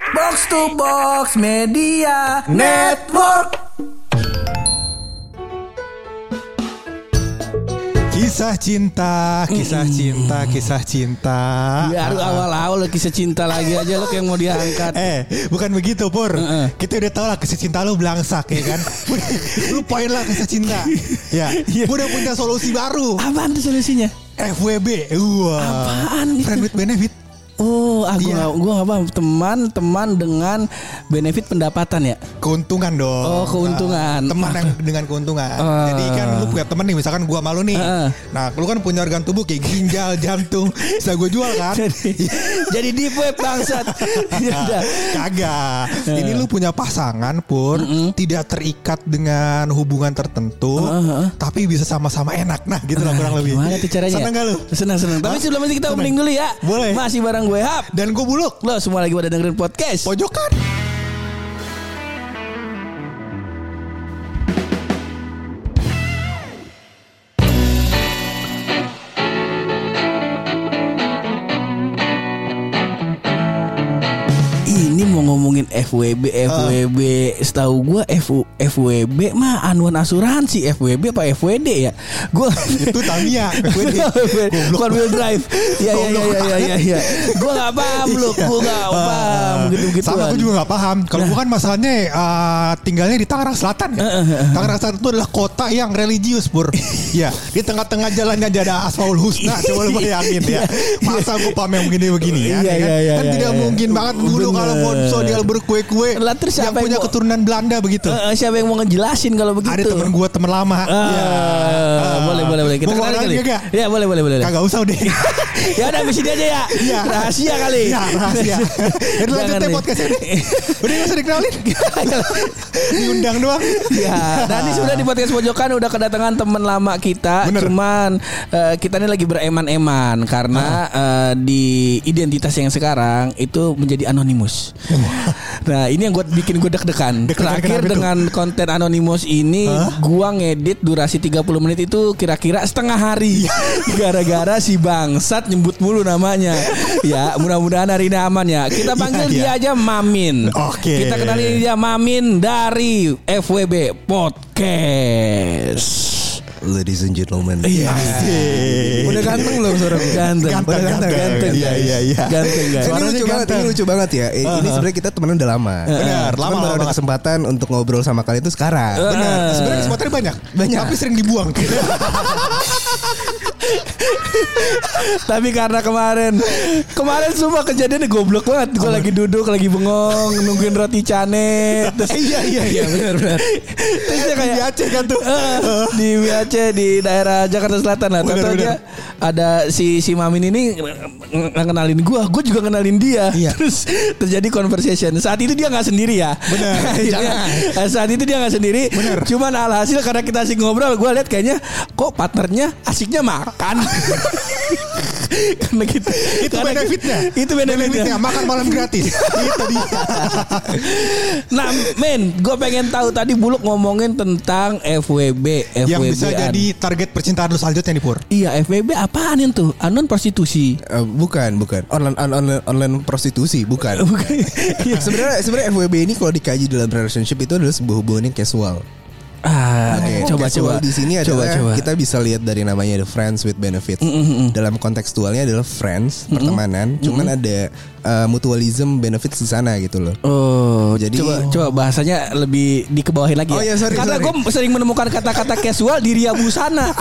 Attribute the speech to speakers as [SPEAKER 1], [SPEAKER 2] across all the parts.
[SPEAKER 1] Box to Box Media Network.
[SPEAKER 2] Kisah cinta, kisah cinta, kisah cinta.
[SPEAKER 3] Biar Iya, awal-awal lagi secinta lagi aja lo yang mau diangkat.
[SPEAKER 2] Eh, bukan begitu Pur.
[SPEAKER 3] Heeh.
[SPEAKER 2] Kita udah tau lah kisah cinta lu belangsak ya kan. lu poin lah kisah cinta. ya,
[SPEAKER 3] Iya.
[SPEAKER 2] gua udah punya solusi baru.
[SPEAKER 3] Apaan tuh solusinya?
[SPEAKER 2] FWB. Wah.
[SPEAKER 3] Apaan gitu?
[SPEAKER 2] Friend with benefit.
[SPEAKER 3] Oh, aku
[SPEAKER 2] Iya.
[SPEAKER 3] nggak, gua nggak paham. Teman-teman dengan benefit pendapatan ya.
[SPEAKER 2] Keuntungan dong.
[SPEAKER 3] Oh, keuntungan.
[SPEAKER 2] Ah, teman yang dengan keuntungan.
[SPEAKER 3] Ah.
[SPEAKER 2] Jadi kan lu punya teman nih, misalkan gua malu nih.
[SPEAKER 3] Ah.
[SPEAKER 2] Nah, lu kan punya organ tubuh kayak ginjal, jantung. Bisa gua jual kan?
[SPEAKER 3] Jadi, jadi deep web bangsat. Ya udah.
[SPEAKER 2] Nah, Kagak. Ini lu punya pasangan pun tidak terikat dengan hubungan tertentu, tapi bisa sama-sama enak. Nah, gitu lah kurang lebih.
[SPEAKER 3] Gimana tuh caranya?
[SPEAKER 2] Seneng gak lu?
[SPEAKER 3] Senang senang. Tapi
[SPEAKER 2] Hah?
[SPEAKER 3] sebelum itu kita
[SPEAKER 2] Seneng.
[SPEAKER 3] opening dulu ya.
[SPEAKER 2] Boleh.
[SPEAKER 3] Masih bareng gue hap.
[SPEAKER 2] Dan gue buluk.
[SPEAKER 3] Lo semua lagi pada dengerin podcast.
[SPEAKER 2] Pojokan.
[SPEAKER 3] Ini mau ngomongin FWB,
[SPEAKER 2] Ah.
[SPEAKER 3] FWB. Setahu gua FU, FWB mah anuan asuransi FWB apa FWD ya? Gua
[SPEAKER 2] Itu Tamiya. Gue di-
[SPEAKER 3] Bukan
[SPEAKER 2] Goblok.
[SPEAKER 3] wheel drive. Ya ya ya ya ya ya. Gua enggak paham lu, gua enggak paham Iya. gitu-gitu.
[SPEAKER 2] Iya. Ah, Sama aku juga gak paham Kalau bukan masalahnya eh, Tinggalnya di Tangerang Selatan
[SPEAKER 3] Eh,
[SPEAKER 2] ya Tangerang Selatan itu adalah kota yang religius Pur Ya Di tengah-tengah jalannya aja ada Asmaul Husna Coba lu bayangin ya Masa gue paham yang begini-begini ya,
[SPEAKER 3] Iya,
[SPEAKER 2] kan?
[SPEAKER 3] iya, iya,
[SPEAKER 2] Kan
[SPEAKER 3] iya,
[SPEAKER 2] tidak
[SPEAKER 3] iya.
[SPEAKER 2] mungkin banget dulu
[SPEAKER 3] Bener.
[SPEAKER 2] Kalau Bonso dia berkue-kue
[SPEAKER 3] Lah, terus
[SPEAKER 2] Yang
[SPEAKER 3] siapa yang
[SPEAKER 2] punya
[SPEAKER 3] mau-
[SPEAKER 2] keturunan Belanda begitu
[SPEAKER 3] Eh, eh, siapa yang mau ngejelasin kalau begitu?
[SPEAKER 2] Ada temen gue temen lama
[SPEAKER 3] Ah,
[SPEAKER 2] Ya. Ah.
[SPEAKER 3] boleh boleh boleh kita
[SPEAKER 2] Mau
[SPEAKER 3] kenalin
[SPEAKER 2] orang
[SPEAKER 3] kali.
[SPEAKER 2] juga?
[SPEAKER 3] Ya boleh boleh boleh.
[SPEAKER 2] Kagak usah deh
[SPEAKER 3] ya udah habis ini aja ya.
[SPEAKER 2] Iya.
[SPEAKER 3] Rahasia kali.
[SPEAKER 2] Ya rahasia Jadi lanjut ya
[SPEAKER 3] Jangan
[SPEAKER 2] deh
[SPEAKER 3] deh.
[SPEAKER 2] podcastnya deh. Udah gak usah dikenalin Diundang doang Nah,
[SPEAKER 3] Ya, nanti sudah di podcast pojokan udah kedatangan teman lama kita.
[SPEAKER 2] Bener.
[SPEAKER 3] Cuman eh, kita ini lagi bereman-eman karena
[SPEAKER 2] Ah.
[SPEAKER 3] eh, di identitas yang sekarang itu menjadi anonimus. nah, ini yang gue bikin gue deg-degan.
[SPEAKER 2] Deg-degan
[SPEAKER 3] Terakhir
[SPEAKER 2] kenapa itu?
[SPEAKER 3] dengan konten anonimus ini gua ngedit durasi 30 menit itu kira-kira setengah hari.
[SPEAKER 2] Iya.
[SPEAKER 3] Gara-gara si bangsat nyebut mulu namanya. ya, mudah-mudahan hari ini aman ya. Kita panggil
[SPEAKER 2] Iya, iya.
[SPEAKER 3] dia aja Mamin.
[SPEAKER 2] Oke.
[SPEAKER 3] Kita kenalin dia Mamin dari FWB Podcast.
[SPEAKER 4] Ladies and gentlemen.
[SPEAKER 2] Asik.
[SPEAKER 4] Udah ganteng belum suara gue?
[SPEAKER 3] Ganteng,
[SPEAKER 2] Eh. Ganteng,
[SPEAKER 4] Udah ganteng,
[SPEAKER 2] ganteng.
[SPEAKER 4] ganteng.
[SPEAKER 2] Iya, iya, iya.
[SPEAKER 3] Ganteng, guys.
[SPEAKER 4] Ini
[SPEAKER 2] Suaranya
[SPEAKER 4] lucu banget, ini
[SPEAKER 2] ganteng.
[SPEAKER 4] lucu banget ya. I- Ini sebenarnya kita temenan udah lama. Ah.
[SPEAKER 2] Benar,
[SPEAKER 4] Ah, Cuman
[SPEAKER 2] lama,
[SPEAKER 4] baru
[SPEAKER 2] lama
[SPEAKER 4] ada
[SPEAKER 2] banget.
[SPEAKER 4] kesempatan untuk ngobrol sama kalian itu sekarang.
[SPEAKER 2] Benar. Nah, Sebenarnya semuanya banyak,
[SPEAKER 4] Banyak.
[SPEAKER 2] Tapi sering dibuang.
[SPEAKER 3] Tapi karena kemarin kemarin semua kejadiannya goblok banget. Gue lagi duduk, lagi bengong, nungguin roti cane. Terus
[SPEAKER 2] iya iya iya benar benar.
[SPEAKER 3] terus dia kayak
[SPEAKER 2] Di Aceh kan tuh.
[SPEAKER 3] Eh, di WAC di daerah Jakarta Selatan lah.
[SPEAKER 2] Bener,
[SPEAKER 3] Tahu
[SPEAKER 2] bener.
[SPEAKER 3] dia ada si si Mamin ini nge- nge- kenalin gua, gua juga kenalin dia.
[SPEAKER 2] Iya.
[SPEAKER 3] Terus terjadi conversation. Saat itu dia nggak sendiri ya.
[SPEAKER 2] Bener.
[SPEAKER 3] Akhirnya, eh, Saat itu dia nggak sendiri.
[SPEAKER 2] Bener.
[SPEAKER 3] Cuman alhasil karena kita asik ngobrol, gua lihat kayaknya kok partnernya asiknya makan. karena gitu.
[SPEAKER 2] Itu
[SPEAKER 3] Karena-
[SPEAKER 2] benefitnya.
[SPEAKER 3] Itu benefitnya.
[SPEAKER 2] makan malam gratis.
[SPEAKER 3] Iya.
[SPEAKER 2] Gitu. Itu dia.
[SPEAKER 3] Nah, men, gue pengen tahu tadi Buluk ngomongin tentang FWB, FWB
[SPEAKER 2] Yang bisa jadi target percintaan lu selanjutnya nih Pur.
[SPEAKER 3] Iya FWB apaan itu? Anon prostitusi.
[SPEAKER 4] Eh, bukan, bukan. Online on- online online prostitusi, bukan.
[SPEAKER 3] Bukan. Iya.
[SPEAKER 4] sebenarnya sebenarnya FWB ini kalau dikaji dalam relationship itu adalah sebuah hubungan yang casual.
[SPEAKER 3] ah,
[SPEAKER 4] Oke,
[SPEAKER 3] coba coba
[SPEAKER 4] casual di sini
[SPEAKER 3] coba coba.
[SPEAKER 4] adalah kita bisa lihat dari namanya the friends with benefits. Dalam kontekstualnya adalah friends, pertemanan, cuman ada eh, mutualism benefits di sana gitu loh.
[SPEAKER 3] Oh, jadi
[SPEAKER 4] Jadi-
[SPEAKER 3] coba, coba bahasanya lebih dikebawahin lagi.
[SPEAKER 4] Oh,
[SPEAKER 3] ya
[SPEAKER 4] iya, sorry,
[SPEAKER 3] Karena
[SPEAKER 4] sorry.
[SPEAKER 3] gue sering menemukan kata-kata casual di Ria Busana.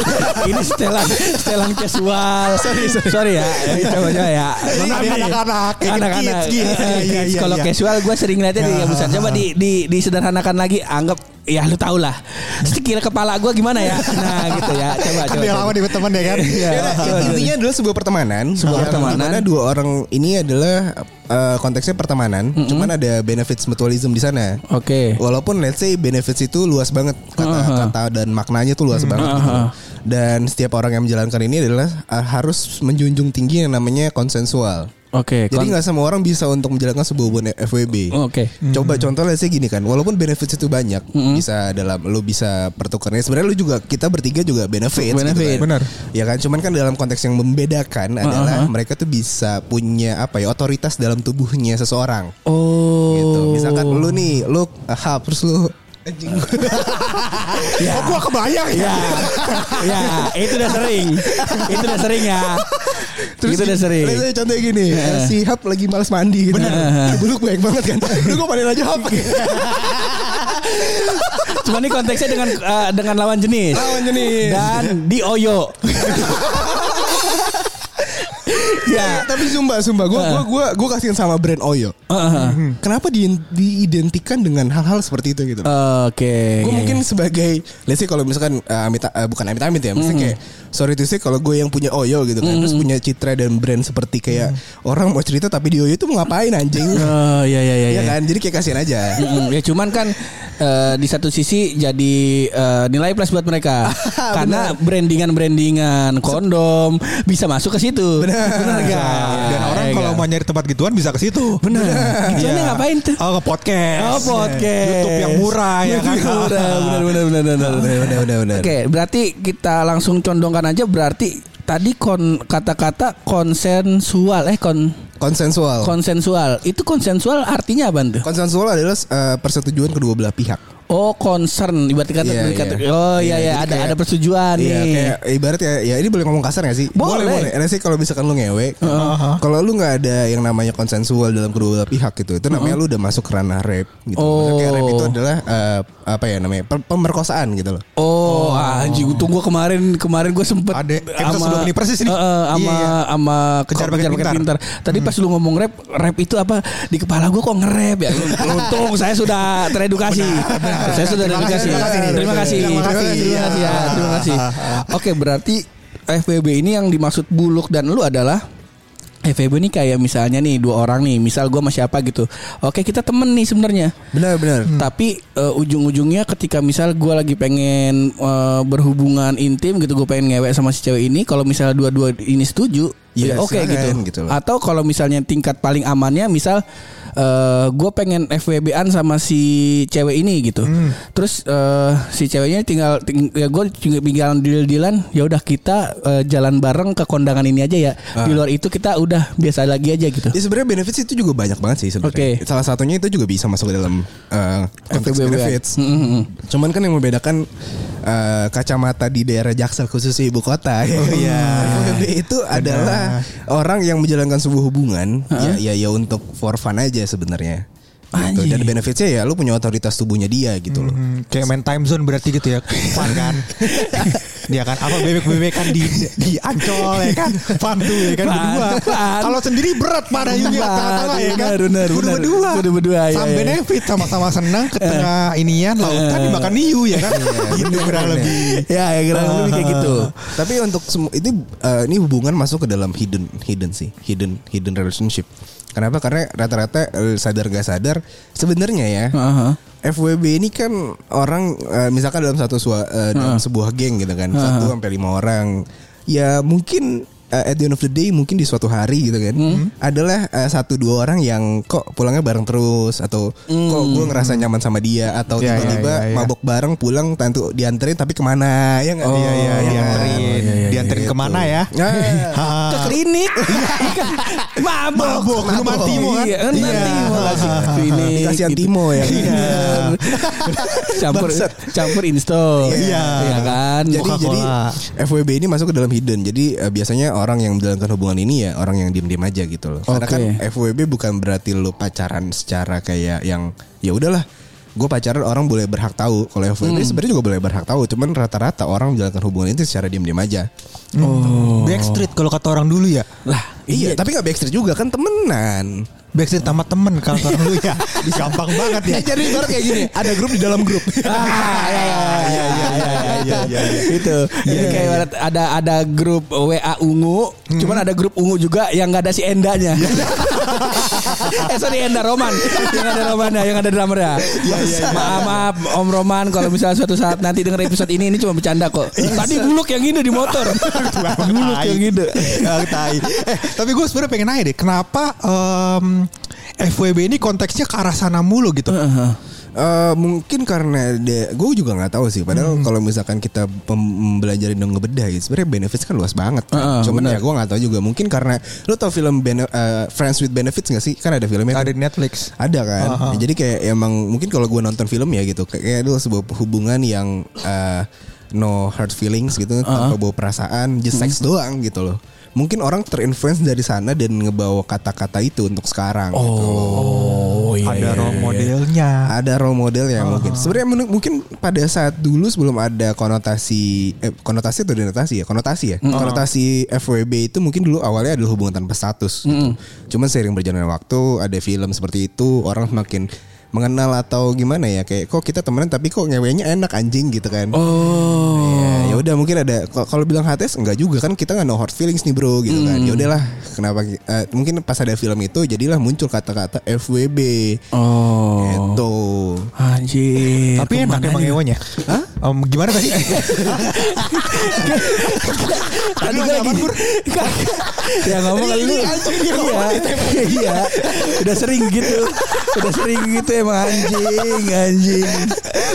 [SPEAKER 3] Ini setelan setelan casual. Sorry, sorry, ya. Eh, Coba coba ya.
[SPEAKER 2] Jadi
[SPEAKER 3] Maaf ya.
[SPEAKER 2] anak-anak, kayak
[SPEAKER 3] anak-anak.
[SPEAKER 2] kids
[SPEAKER 3] Eh,
[SPEAKER 2] gitu. Iya,
[SPEAKER 3] kids.
[SPEAKER 2] iya,
[SPEAKER 3] Kalau
[SPEAKER 2] iya.
[SPEAKER 3] casual gue sering ngeliatnya di Ria Busana. Coba di, di disederhanakan lagi. Anggap ya lu tau lah. Sekira kepala gue gimana ya? Nah gitu ya. Coba
[SPEAKER 2] Kan
[SPEAKER 3] coba. Iya.
[SPEAKER 2] dia
[SPEAKER 3] coba.
[SPEAKER 2] lama di teman ya kan.
[SPEAKER 4] Yaudah,
[SPEAKER 3] Coba, coba.
[SPEAKER 4] intinya adalah sebuah pertemanan.
[SPEAKER 3] Sebuah
[SPEAKER 4] yang
[SPEAKER 3] pertemanan.
[SPEAKER 4] dimana dua orang ini adalah eh, konteksnya pertemanan, cuman ada benefits mutualism di sana.
[SPEAKER 3] Oke.
[SPEAKER 4] Walaupun let's say benefits itu luas banget kata-kata dan maknanya tuh luas banget gitu. Dan setiap orang yang menjalankan ini adalah eh, harus menjunjung tinggi yang namanya konsensual.
[SPEAKER 3] Oke.
[SPEAKER 4] Jadi
[SPEAKER 3] kon-
[SPEAKER 4] nggak semua orang bisa untuk menjalankan sebuah hubungan FWB.
[SPEAKER 3] Oh, Oke. Hmm.
[SPEAKER 4] Coba contohnya sih gini kan, walaupun benefits itu banyak, bisa dalam lu bisa pertukarnya. Sebenarnya lu juga kita bertiga juga benefits.
[SPEAKER 3] Benefit. Ah,
[SPEAKER 4] kan.
[SPEAKER 2] Benar.
[SPEAKER 4] Ya kan, cuman kan dalam konteks yang membedakan adalah mereka tuh bisa punya apa ya otoritas dalam tubuhnya seseorang.
[SPEAKER 3] Oh,
[SPEAKER 4] misalkan lu nih, lu eh, hap terus lu anjing.
[SPEAKER 2] Oh gua kebayang
[SPEAKER 3] Ya, ya itu udah sering, itu udah sering ya, itu gitu udah sering. Eh.
[SPEAKER 4] Contohnya contohnya gini,
[SPEAKER 3] Heeh.
[SPEAKER 4] si hap lagi malas mandi gitu. Bener. Dulu banyak banget kan. Lu gua panen aja hap.
[SPEAKER 3] Cuma ini konteksnya dengan eh, dengan lawan jenis.
[SPEAKER 4] Lawan jenis.
[SPEAKER 3] Dan di Oyo. ya. Eh.
[SPEAKER 4] Tapi sumpah sumpah gua gua gua gua kasihan sama brand Oyo.
[SPEAKER 3] Heeh.
[SPEAKER 4] Kenapa di, diidentikan dengan hal-hal seperti
[SPEAKER 3] Oh,
[SPEAKER 4] itu gitu?
[SPEAKER 3] Oke.
[SPEAKER 4] gue mungkin sebagai let's say kalau misalkan eh, amit eh, bukan amit-amit ya
[SPEAKER 3] Hmm.
[SPEAKER 4] maksudnya kayak sorry to say kalau gue yang punya Oyo gitu kan terus punya citra dan brand seperti kayak orang mau cerita tapi di Oyo itu mau ngapain anjing
[SPEAKER 3] Hmm. Oh ya ya ya.
[SPEAKER 2] Iya
[SPEAKER 4] ya
[SPEAKER 3] ya.
[SPEAKER 4] kan jadi kayak kasihan aja
[SPEAKER 3] Mm-mm. Ya cuman kan eh, di satu sisi jadi eh, nilai plus buat mereka karena brandingan-brandingan kondom bisa masuk ke situ.
[SPEAKER 4] Benar.
[SPEAKER 3] Iya,
[SPEAKER 2] Dan orang kalau mau nyari tempat gituan bisa ke situ.
[SPEAKER 3] benar. Gimana
[SPEAKER 2] Iya.
[SPEAKER 3] ngapain tuh?
[SPEAKER 2] Oh, ke podcast.
[SPEAKER 3] Oh, podcast.
[SPEAKER 2] YouTube yang murah ya kan.
[SPEAKER 3] Murah, benar, benar, benar, benar, benar.
[SPEAKER 4] udah udah udah
[SPEAKER 3] Oke, berarti kita langsung condongkan aja berarti tadi kon kata-kata konsensual eh kon
[SPEAKER 4] konsensual
[SPEAKER 3] konsensual. Itu konsensual artinya apa tuh?
[SPEAKER 4] konsensual adalah eh, persetujuan kedua belah pihak
[SPEAKER 3] Oh, concern ibarat kata
[SPEAKER 4] Iya,
[SPEAKER 3] kata-
[SPEAKER 4] iya.
[SPEAKER 3] Oh iya iya
[SPEAKER 4] Iya, jadi
[SPEAKER 3] ada
[SPEAKER 4] kayak-
[SPEAKER 3] ada persetujuan
[SPEAKER 4] Iya
[SPEAKER 3] nih.
[SPEAKER 4] kayak ibarat ya, ya ini boleh ngomong kasar gak sih?
[SPEAKER 3] Boleh.
[SPEAKER 4] boleh. Enak sih kalau misalkan lu ngewe. Kalau lu nggak ada yang namanya konsensual dalam kedua belah pihak gitu, itu namanya lu udah masuk ke ranah rape gitu. Maksudnya Kayak
[SPEAKER 3] Oh.
[SPEAKER 4] rape itu adalah eh, apa ya namanya? per- pemerkosaan gitu loh.
[SPEAKER 3] Oh, anjing untung gua kemarin kemarin gua sempet
[SPEAKER 2] Ada episode sebelum ini persis nih.
[SPEAKER 3] Eh, eh, sama
[SPEAKER 2] Iya, iya.
[SPEAKER 3] sama
[SPEAKER 2] Kejar
[SPEAKER 3] kok-
[SPEAKER 2] pakai pintar. Hmm.
[SPEAKER 3] Tadi pas lu ngomong rap, rap itu apa? Di kepala gua kok nge-rap ya. Untung saya sudah teredukasi. Saya sudah
[SPEAKER 2] Terima
[SPEAKER 3] teredukasi.
[SPEAKER 2] kasih,
[SPEAKER 3] Terima
[SPEAKER 2] terima
[SPEAKER 3] kasih.
[SPEAKER 2] kasih.
[SPEAKER 3] Terima
[SPEAKER 2] Terima
[SPEAKER 3] kasih.
[SPEAKER 2] kasih.
[SPEAKER 3] Terima kasih ya. Terima kasih. Oke, berarti FBB ini yang dimaksud buluk dan lu adalah FEB ini kayak misalnya nih dua orang nih, misal gua sama siapa gitu. Oke, kita temen nih sebenarnya.
[SPEAKER 4] Benar benar.
[SPEAKER 3] Tapi eh, ujung-ujungnya ketika misal gue lagi pengen eh, berhubungan intim gitu, gue pengen ngewek sama si cewek ini. Kalau misalnya dua-dua ini setuju, ya
[SPEAKER 4] Iya,
[SPEAKER 3] oke
[SPEAKER 4] silakan,
[SPEAKER 3] gitu.
[SPEAKER 4] gitu loh.
[SPEAKER 3] Atau kalau misalnya tingkat paling amannya, misal gue pengen FWB-an sama si cewek ini gitu.
[SPEAKER 4] Hmm.
[SPEAKER 3] Terus eh, si ceweknya tinggal, ting- ya gue tinggal deal-dealan. Ya udah kita eh, jalan bareng ke kondangan ini aja ya. Di luar itu kita udah biasa lagi aja gitu.
[SPEAKER 4] Ya sebenarnya benefits Ah. itu juga banyak banget sih sebenarnya.
[SPEAKER 3] Oke.
[SPEAKER 4] Salah satunya itu juga bisa masuk ke dalam eh, konteks
[SPEAKER 3] FWB-an.
[SPEAKER 4] benefits. Cuman kan yang membedakan eh, kacamata di daerah Jaksel khususnya ibu kota. Ya, FWB itu adalah orang yang menjalankan sebuah hubungan ya, ya ya untuk for fun aja sebenarnya. Gitu. Dan
[SPEAKER 3] Anjing.
[SPEAKER 4] benefitsnya ya lu punya otoritas tubuhnya dia gitu loh.
[SPEAKER 2] Hmm, kayak main time zone berarti gitu ya fun kan dia kan apa bebek-bebek kan di di ancol ya kan fun tuh ya kan
[SPEAKER 3] Fun,
[SPEAKER 2] berdua
[SPEAKER 3] fun.
[SPEAKER 2] kalau sendiri berat pada Yunya
[SPEAKER 3] Benar,
[SPEAKER 2] tengah-tengah ya kan
[SPEAKER 3] benar, benar,
[SPEAKER 2] Kudu
[SPEAKER 3] benar.
[SPEAKER 2] berdua
[SPEAKER 3] Kudu berdua, ya,
[SPEAKER 2] Sama
[SPEAKER 3] ya.
[SPEAKER 2] benefit sama-sama senang ke tengah inian lautan dimakan hiu ya kan gitu kurang lebih
[SPEAKER 3] Ya, ya kurang lebih kayak gitu.
[SPEAKER 4] Tapi untuk semua ini eh, ini hubungan masuk ke dalam hidden hidden sih, hidden hidden relationship. Kenapa? Karena rata-rata eh, sadar gak sadar sebenarnya ya.
[SPEAKER 3] Aha.
[SPEAKER 4] FWB ini kan orang eh, misalkan dalam satu sua- eh, dalam sebuah geng gitu kan, satu sampai lima orang. Ya mungkin eh, at the end of the day mungkin di suatu hari gitu kan
[SPEAKER 2] Hmm.
[SPEAKER 4] adalah eh, satu dua orang yang kok pulangnya bareng terus atau kok gue ngerasa nyaman sama dia atau
[SPEAKER 2] Hmm. Ya, ya,
[SPEAKER 4] tiba-tiba
[SPEAKER 2] ya, ya.
[SPEAKER 4] mabok bareng pulang tentu dianterin tapi kemana ya nggak?
[SPEAKER 2] Oh, iya, iya,
[SPEAKER 4] Iya,
[SPEAKER 2] dianterin.
[SPEAKER 4] iya, iya, iya,
[SPEAKER 2] Dianterin
[SPEAKER 4] gitu.
[SPEAKER 2] kemana ya?
[SPEAKER 4] Ah,
[SPEAKER 3] ke klinik mabok
[SPEAKER 2] Mabok, minum antimo kan?
[SPEAKER 3] iya kan
[SPEAKER 2] Iya.
[SPEAKER 3] antimo kasih ke klinik
[SPEAKER 4] Dikasih
[SPEAKER 3] gitu.
[SPEAKER 4] antimo ya.
[SPEAKER 3] campur
[SPEAKER 4] Bangsat.
[SPEAKER 3] campur install
[SPEAKER 2] Iya.
[SPEAKER 3] iya kan
[SPEAKER 4] Jadi jadi
[SPEAKER 2] Coca-Cola.
[SPEAKER 4] FWB ini masuk ke dalam hidden. Jadi eh, biasanya orang yang menjalankan hubungan ini ya orang yang diem-diem aja gitu loh. Karena
[SPEAKER 3] Oke.
[SPEAKER 4] kan FWB bukan berarti lu pacaran secara kayak yang ya udahlah. Gue pacaran orang boleh berhak tahu. Kalau FWB sebenarnya juga boleh berhak tahu. Cuman rata-rata orang menjalankan hubungan itu secara diem-diem aja.
[SPEAKER 2] backstreet kalau kata orang dulu ya
[SPEAKER 3] lah
[SPEAKER 4] Iya, tapi nggak backstreet juga kan temenan.
[SPEAKER 2] backstreet sama temen kalau kata orang dulu ya gampang banget ya
[SPEAKER 4] Jadi ibarat kayak gini, ada grup di dalam grup.
[SPEAKER 3] Ah, ya, ya, ya, ya, ya, ya, ya, ya.
[SPEAKER 4] Gitu.
[SPEAKER 3] itu jadi
[SPEAKER 4] Iya,
[SPEAKER 3] kayak ibarat ada ada grup WA ungu
[SPEAKER 4] Hmm.
[SPEAKER 3] cuman ada grup ungu juga yang nggak ada si Endanya
[SPEAKER 4] Iya.
[SPEAKER 3] eh sorry Enda Roman yang ada Romannya yang ada drummernya
[SPEAKER 4] Iya,
[SPEAKER 3] maaf maaf Om Roman kalau misalnya suatu saat nanti denger episode ini ini cuma bercanda kok
[SPEAKER 4] Iya.
[SPEAKER 3] tadi buluk yang ini di motor buluk
[SPEAKER 2] Tai.
[SPEAKER 3] yang ini
[SPEAKER 2] Ah, tai. Eh, tapi gue sebenarnya pengen nanya deh, kenapa em, FWB ini konteksnya ke arah sana mulu gitu?
[SPEAKER 4] Eh, mungkin karena gue juga nggak tahu sih padahal kalau misalkan kita pem- mempelajari dan ngebedah ya, sebenarnya benefits kan luas banget
[SPEAKER 3] Heeh,
[SPEAKER 4] cuman ya gue nggak tahu juga mungkin karena lu tau film Bene- eh, Friends with Benefits nggak sih kan ada filmnya
[SPEAKER 2] Ada di Netflix.
[SPEAKER 4] ada kan Ya, jadi kayak emang mungkin kalau gue nonton film ya gitu kayak- kayak itu sebuah hubungan yang eh, no hard feelings gitu tanpa bawa perasaan just sex doang gitu loh mungkin orang terinfluence dari sana dan ngebawa kata-kata itu untuk sekarang gitu
[SPEAKER 3] Oh, iya.
[SPEAKER 2] Ada
[SPEAKER 3] iya,
[SPEAKER 2] role
[SPEAKER 3] iya.
[SPEAKER 2] modelnya.
[SPEAKER 4] ada role model yang
[SPEAKER 3] Ah.
[SPEAKER 4] mungkin sebenarnya menu- mungkin pada saat dulu sebelum ada konotasi eh, konotasi atau denotasi ya konotasi ya konotasi FWB itu mungkin dulu awalnya adalah hubungan tanpa status gitu. cuman sering berjalannya waktu ada film seperti itu orang semakin mengenal atau gimana ya kayak kok kita temenan tapi kok ngewenya enak anjing gitu kan
[SPEAKER 3] Oh.
[SPEAKER 4] Ya, ya udah mungkin ada kalau- kalau bilang HTS enggak juga kan kita nggak no hard feelings nih bro gitu
[SPEAKER 3] Mm.
[SPEAKER 4] kan. Ya udahlah kenapa eh, mungkin pas ada film itu jadilah muncul kata-kata FWB.
[SPEAKER 3] Oh.
[SPEAKER 4] Gitu.
[SPEAKER 3] Anjir.
[SPEAKER 2] Tapi enak
[SPEAKER 3] kemana
[SPEAKER 2] emang
[SPEAKER 3] nih?
[SPEAKER 2] hewanya. Hah? gimana tadi?
[SPEAKER 3] Tadi gue lagi Ya ngomong kali lu Iya Iya Udah sering gitu Udah sering gitu emang anjing Anjing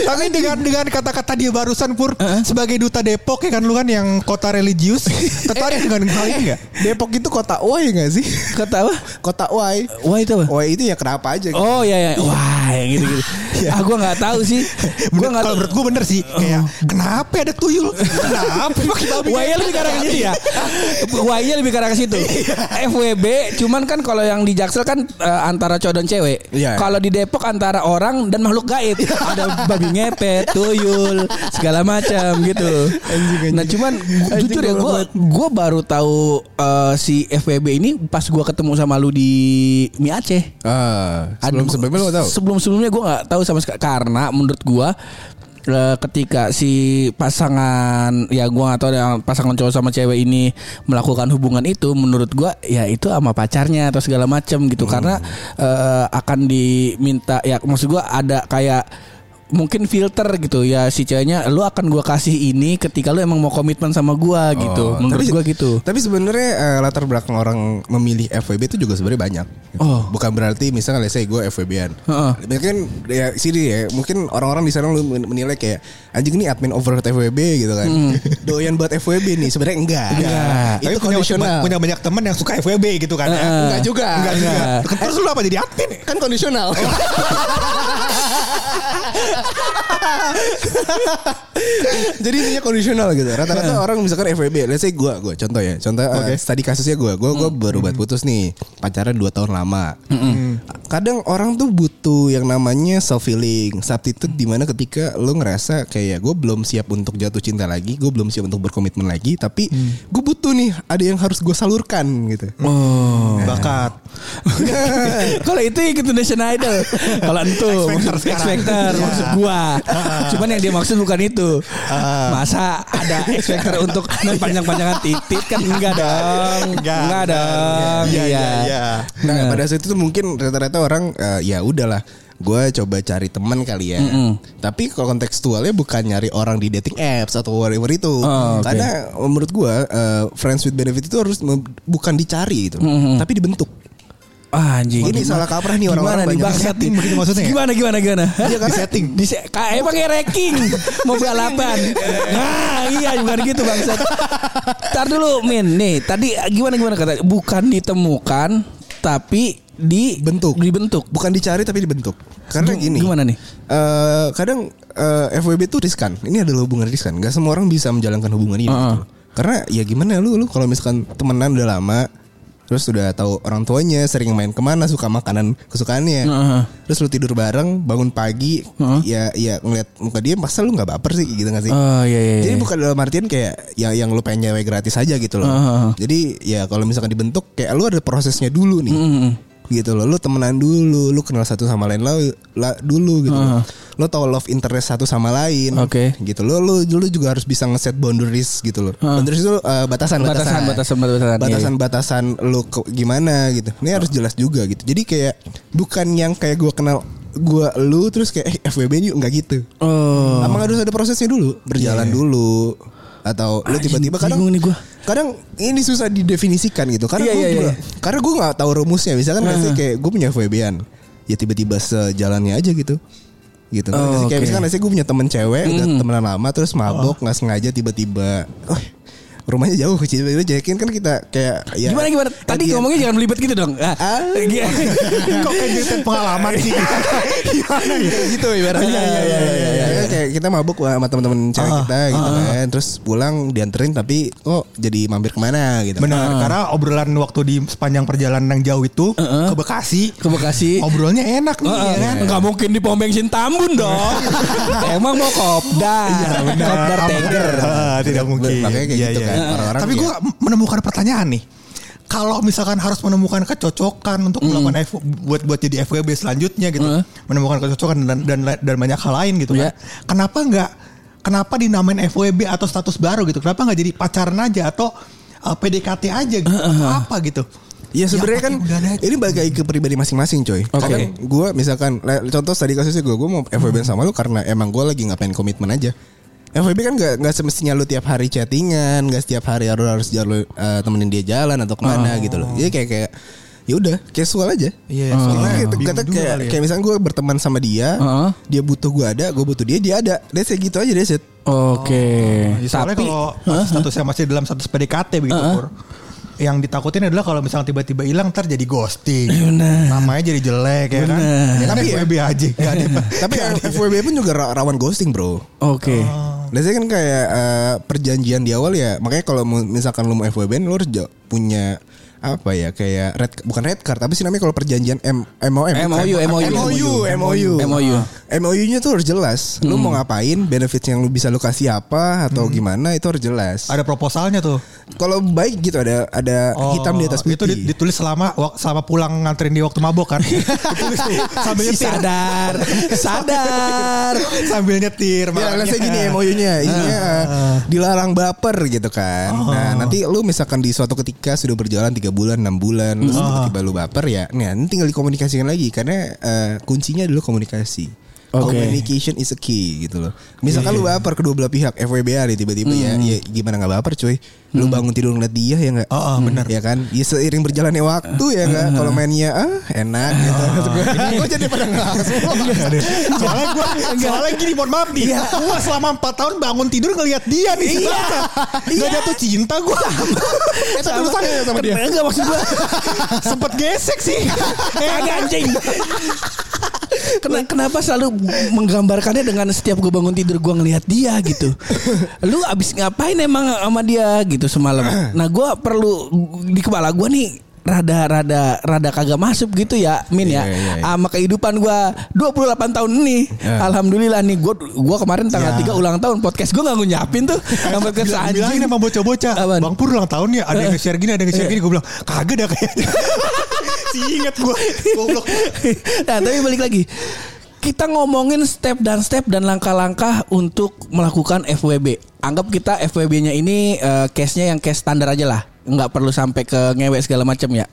[SPEAKER 2] Tapi dengan dengan kata-kata dia barusan pur sebagai duta Depok ya kan lu kan yang kota religius tertarik dengan hal ini nggak?
[SPEAKER 4] Depok itu kota Y gak sih?
[SPEAKER 3] Kata apa?
[SPEAKER 4] Kota Y.
[SPEAKER 3] Wah itu apa?
[SPEAKER 4] Y itu ya kenapa aja gitu.
[SPEAKER 3] Oh iya iya Wah yang gitu-gitu Ah gue gak tahu sih Gue gak
[SPEAKER 2] Bener, kalau
[SPEAKER 3] tahu
[SPEAKER 2] menurut gue bener sih kayak kenapa ada tuyul? kenapa pakai babi?
[SPEAKER 3] Waya lebih ke arah ke situ ya. Iya. Waya lebih ke arah ke situ. FWB cuman kan kalau yang di Jaksel kan eh, antara cowok dan cewek.
[SPEAKER 4] Iya.
[SPEAKER 3] Kalau di Depok antara orang dan makhluk gaib. Ada babi ngepet, tuyul, segala macam gitu. Nah, cuman gu- jujur ya gua gua baru tahu eh, si FWB ini pas gua ketemu sama lu di Mi Aceh.
[SPEAKER 4] Ah, sebelum sebelumnya lo tau?
[SPEAKER 3] Sebelum sebelumnya gue nggak tahu sama sekali karena menurut gue ketika si pasangan ya gue nggak tahu yang pasangan cowok sama cewek ini melakukan hubungan itu menurut gue ya itu sama pacarnya atau segala macem gitu
[SPEAKER 4] Hmm.
[SPEAKER 3] karena eh, akan diminta ya maksud gue ada kayak mungkin filter gitu ya si ceweknya lu akan gua kasih ini ketika lu emang mau komitmen sama gua gitu
[SPEAKER 4] Oh,
[SPEAKER 3] menurut
[SPEAKER 4] tapi-
[SPEAKER 3] gua gitu
[SPEAKER 4] Tapi sebenarnya eh, latar belakang orang memilih FWB itu juga sebenarnya banyak.
[SPEAKER 3] Oh.
[SPEAKER 4] Bukan berarti misalnya let's say gue FWB-an.
[SPEAKER 3] Heeh.
[SPEAKER 4] Mungkin ya sini ya, mungkin orang-orang di sana lu men- menilai kayak anjing ini admin over FWB gitu kan. Doyan buat FWB nih, sebenarnya enggak.
[SPEAKER 2] Hmm. Nah, Tapi
[SPEAKER 4] Itu
[SPEAKER 2] punya,
[SPEAKER 4] kondisional.
[SPEAKER 2] punya banyak teman yang suka FWB gitu kan? ya?
[SPEAKER 3] Eh, eh.
[SPEAKER 4] Enggak juga.
[SPEAKER 2] Enggak juga. Iya.
[SPEAKER 3] Enggak.
[SPEAKER 2] Terus lu apa jadi admin?
[SPEAKER 4] Kan kondisional. Jadi intinya kondisional gitu. Rata-rata orang misalkan FWB, let's say gue, gue contoh ya, contoh eh, tadi kasusnya gue, gue gue baru buat putus nih, pacaran 2 tahun lama. Hmm. Kadang orang tuh butuh yang namanya self healing, substitute dimana ketika lo ngerasa kayak gue belum siap untuk jatuh cinta lagi, gue belum siap untuk berkomitmen lagi, tapi gue butuh nih ada yang harus gue salurkan gitu.
[SPEAKER 2] Oh. Bakat.
[SPEAKER 3] Kalau itu ikut Indonesian Idol. Kalau itu
[SPEAKER 2] X-Factor
[SPEAKER 3] maksud-
[SPEAKER 2] sekarang.
[SPEAKER 3] X-Factor
[SPEAKER 2] Iya.
[SPEAKER 3] maksud gua. Cuman yang dia maksud bukan itu.
[SPEAKER 2] Ah.
[SPEAKER 3] Masa ada X Factor untuk non panjang-panjangan titik kan enggak dong.
[SPEAKER 2] Enggak.
[SPEAKER 3] Enggak dong.
[SPEAKER 2] Iya, iya, iya.
[SPEAKER 4] Nah, pada saat itu tuh mungkin rata-rata orang eh, ya udahlah, gue coba cari teman kali ya. Tapi kalau kontekstualnya bukan nyari orang di dating apps atau whatever itu.
[SPEAKER 3] Oh, oke.
[SPEAKER 4] Karena menurut gue eh, friends with benefit itu harus mem- bukan dicari gitu, tapi dibentuk.
[SPEAKER 3] Ah, anjing.
[SPEAKER 4] Ini
[SPEAKER 3] Gimana-
[SPEAKER 4] salah kaprah nih
[SPEAKER 3] Gimana
[SPEAKER 4] orang-orang
[SPEAKER 3] nih
[SPEAKER 4] banyak.
[SPEAKER 3] bangsat
[SPEAKER 2] Setting
[SPEAKER 3] nih?
[SPEAKER 2] begitu maksudnya ya?
[SPEAKER 3] Gimana gimana gimana? Hah?
[SPEAKER 2] Di setting.
[SPEAKER 3] Di se- Ka- emang kayak ranking mau balapan. Nah, iya bukan gitu bangsat. Tar dulu Min. Nih, tadi gimana gimana kata bukan ditemukan tapi di
[SPEAKER 4] Bentuk.
[SPEAKER 3] dibentuk.
[SPEAKER 4] Bukan dicari tapi dibentuk. Karena
[SPEAKER 3] Gim-
[SPEAKER 4] gini.
[SPEAKER 3] gimana nih?
[SPEAKER 4] eh, kadang eh, FWB itu riskan. Ini adalah hubungan riskan. Gak semua orang bisa menjalankan hubungan ini.
[SPEAKER 3] Heeh.
[SPEAKER 4] gitu. Karena ya gimana lu lu kalau misalkan temenan udah lama terus udah tahu orang tuanya sering main kemana suka makanan kesukaannya
[SPEAKER 3] Heeh.
[SPEAKER 4] terus lu tidur bareng bangun pagi
[SPEAKER 3] Heeh.
[SPEAKER 4] ya ya ngeliat muka dia masa lu nggak baper sih gitu gak sih
[SPEAKER 3] Oh iya iya.
[SPEAKER 4] jadi
[SPEAKER 3] iya.
[SPEAKER 4] bukan dalam artian kayak yang yang lu pengen nyewe gratis aja gitu loh.
[SPEAKER 3] Heeh.
[SPEAKER 4] Jadi ya kalau misalkan dibentuk kayak lu ada prosesnya dulu nih. Gitu loh. Lu temenan dulu, lu kenal satu sama lain lah la- dulu gitu. loh. Lu tahu love interest satu sama lain.
[SPEAKER 3] Oke.
[SPEAKER 4] Gitu loh. Lu dulu juga harus bisa ngeset boundaries gitu loh.
[SPEAKER 3] Heeh.
[SPEAKER 4] Boundaries itu eh, batasan-batasan.
[SPEAKER 3] Batasan, batasan, batasan, iya, iya.
[SPEAKER 4] Batasan-batasan lu ke- gimana gitu. Ini harus jelas juga gitu. Jadi kayak bukan yang kayak gua kenal gua lu terus kayak eh, FWB yuk nggak gitu.
[SPEAKER 3] Oh.
[SPEAKER 4] Emang harus ada prosesnya dulu, berjalan dulu atau lu
[SPEAKER 3] Iya. Anjing,
[SPEAKER 4] tiba-tiba kadang
[SPEAKER 3] bingung nih gua.
[SPEAKER 4] kadang ini susah didefinisikan gitu karena
[SPEAKER 3] Iya,
[SPEAKER 4] gue
[SPEAKER 3] iya, iya. Nah.
[SPEAKER 4] karena gue nggak tahu rumusnya misalkan pasti kayak gue punya FWB-an ya tiba-tiba sejalannya aja gitu gitu
[SPEAKER 3] Oh, oke.
[SPEAKER 4] Ngerti sih? kayak
[SPEAKER 3] Oh.
[SPEAKER 4] misalkan sih gue punya temen cewek udah temenan lama terus mabok nggak sengaja tiba-tiba oh, rumahnya jauh tiba-tiba jakin kan kita kayak ya,
[SPEAKER 3] Gimana gimana? Tadi
[SPEAKER 4] at the end-
[SPEAKER 3] ngomongnya jangan melibet gitu dong. Ah,
[SPEAKER 4] Ah.
[SPEAKER 3] iya.
[SPEAKER 2] Kok kayak cerita pengalaman sih? Gimana ya?
[SPEAKER 4] Kayak gitu ibaratnya.
[SPEAKER 2] Iya, iya, iya, iya, iya. Ah,
[SPEAKER 4] Ibaratnya Kayak kita mabuk sama teman-teman cewek kita gitu kan. Terus pulang dianterin tapi kok jadi mampir kemana gitu.
[SPEAKER 2] Benar, karena obrolan waktu di sepanjang perjalanan yang jauh itu ke Bekasi,
[SPEAKER 3] Ke Bekasi.
[SPEAKER 2] obrollnya enak nih
[SPEAKER 3] Heeh,
[SPEAKER 2] ya
[SPEAKER 4] Iya.
[SPEAKER 2] kan.
[SPEAKER 3] Ah, Nggak mungkin di pom bensin Tambun dong. Emang mau kopdar.
[SPEAKER 4] Iya,
[SPEAKER 2] benar.
[SPEAKER 3] Kopdar Tiger.
[SPEAKER 2] Ah, tidak mungkin.
[SPEAKER 4] Makanya kayak
[SPEAKER 2] Iya,
[SPEAKER 4] gitu
[SPEAKER 2] iya.
[SPEAKER 4] kan, orang-orang
[SPEAKER 2] Tapi
[SPEAKER 4] ya.
[SPEAKER 2] gue menemukan pertanyaan nih. Kalau misalkan harus menemukan kecocokan untuk
[SPEAKER 4] Hmm.
[SPEAKER 2] melakukan F- buat buat jadi FWB selanjutnya gitu,
[SPEAKER 3] Mm.
[SPEAKER 2] menemukan kecocokan dan dan dan banyak hal lain gitu
[SPEAKER 3] Iya.
[SPEAKER 2] kan. Kenapa nggak kenapa dinamain FWB atau status baru gitu? Kenapa nggak jadi pacaran aja atau uh, PDKT aja gitu atau apa gitu?
[SPEAKER 4] Ya sebenarnya kan
[SPEAKER 2] udah ada.
[SPEAKER 4] ini balik lagi ke pribadi masing-masing coy. Kadang gue misalkan le- contoh tadi kasusnya gue gue mau FWB
[SPEAKER 2] Hmm.
[SPEAKER 4] sama lu karena emang gue lagi ngapain komitmen aja. FWB kan gak, nggak semestinya lu tiap hari chattingan, gak setiap hari harus harus jalan eh, temenin dia jalan atau kemana gitu loh. Jadi kayak kayak ya udah casual
[SPEAKER 2] Oh.
[SPEAKER 4] aja.
[SPEAKER 2] Iya,
[SPEAKER 4] Kita-
[SPEAKER 2] soalnya
[SPEAKER 4] kita-
[SPEAKER 2] bingung
[SPEAKER 4] kata
[SPEAKER 2] juga
[SPEAKER 4] kayak,
[SPEAKER 2] kali ya.
[SPEAKER 4] kayak misalnya gue berteman sama dia,
[SPEAKER 3] Heeh.
[SPEAKER 4] dia butuh gue ada, gue butuh dia, dia ada. Dia kayak gitu aja deh set.
[SPEAKER 3] Oke.
[SPEAKER 4] Oh, iya,
[SPEAKER 2] Ya, soalnya
[SPEAKER 3] Tapi
[SPEAKER 2] kalau masih statusnya masih dalam status PDKT begitu Pur. Yang ditakutin adalah kalau misalnya tiba-tiba hilang ntar jadi ghosting.
[SPEAKER 4] Iya,
[SPEAKER 2] Namanya jadi jelek ya kan. Ya kan
[SPEAKER 4] Tapi-
[SPEAKER 2] FWB aja. Gak ada.
[SPEAKER 4] Tapi FWB pun juga ra- rawan ghosting bro.
[SPEAKER 3] Oke.
[SPEAKER 4] Biasanya kan kayak eh, perjanjian di awal ya. Makanya kalau mu- misalkan lu mau FWB lu harus jo- punya apa ya kayak red bukan red card tapi sih namanya kalau perjanjian M MOM bukan?
[SPEAKER 3] MOU, MOU.
[SPEAKER 4] MOU MOU
[SPEAKER 3] MOU.
[SPEAKER 4] Ah, MOU-nya tuh harus jelas. Lu mau ngapain, benefits yang lu bisa lu kasih apa atau gimana itu harus jelas.
[SPEAKER 2] Ada proposalnya tuh. Oh,
[SPEAKER 4] Kalau baik gitu ada ada hitam di atas
[SPEAKER 2] itu
[SPEAKER 4] putih.
[SPEAKER 2] di- ditulis selama wak- selama pulang nganterin dia waktu mabok kan. ditulis tuh sambil
[SPEAKER 3] Si
[SPEAKER 2] nyetir.
[SPEAKER 3] sadar, sadar.
[SPEAKER 2] sambil nyetir.
[SPEAKER 4] Ya,
[SPEAKER 2] makanya.
[SPEAKER 4] lesnya gini MOU-nya isinya eh, dilarang baper gitu kan. Nah, nanti lu misalkan di suatu ketika sudah berjalan 3 bulan, 6 bulan, terus tiba-tiba lu baper ya. Nah, ini tinggal dikomunikasikan lagi karena eh, kuncinya dulu komunikasi.
[SPEAKER 3] Oke.
[SPEAKER 4] Communication is a key gitu loh. Misalkan lu baper kedua belah pihak FWB hari tiba-tiba ya, ya gimana nggak baper cuy. Lu bangun tidur ngeliat dia ya nggak?
[SPEAKER 2] Oh, oh,
[SPEAKER 4] Hmm.
[SPEAKER 2] bener.
[SPEAKER 4] Ya kan? Ya seiring berjalannya waktu ya nggak? Kalau mainnya ah enak gitu. Kok jadi pada nggak
[SPEAKER 2] soalnya gue soalnya gini mohon maaf nih
[SPEAKER 4] Iya.
[SPEAKER 2] gue selama 4 tahun bangun tidur ngelihat dia nih iya, gak jatuh cinta gue itu tulisannya ya sama dia
[SPEAKER 3] Enggak maksud gua.
[SPEAKER 2] sempet gesek sih
[SPEAKER 3] Kagak Eh, anjing. Kena- kenapa selalu menggambarkannya dengan setiap gue bangun tidur gue ngelihat dia gitu. Lu abis ngapain emang sama dia gitu semalam. Nah gue perlu di kepala gue nih rada rada rada kagak masuk gitu ya Min ya
[SPEAKER 4] Iya, iya, iya.
[SPEAKER 3] sama kehidupan gua 28 tahun ini
[SPEAKER 2] Iya.
[SPEAKER 4] Ya.
[SPEAKER 3] alhamdulillah nih gua gua kemarin tanggal 3
[SPEAKER 2] Ya.
[SPEAKER 3] ulang tahun podcast gua nggak ngunyapin tuh sama podcast
[SPEAKER 2] bilangin
[SPEAKER 3] anjing
[SPEAKER 2] sama bocah-bocah
[SPEAKER 3] Apaan?
[SPEAKER 2] Bang Pur ulang tahun ya ada yang nge-share gini ada yang nge-share
[SPEAKER 3] Iya.
[SPEAKER 2] gini gue bilang kagak dah kayaknya si inget gue goblok
[SPEAKER 3] nah tapi balik lagi kita ngomongin step dan step dan langkah-langkah untuk melakukan FWB. Anggap kita FWB-nya ini eh, case-nya yang case standar aja lah, nggak perlu sampai ke ngewe segala macam ya.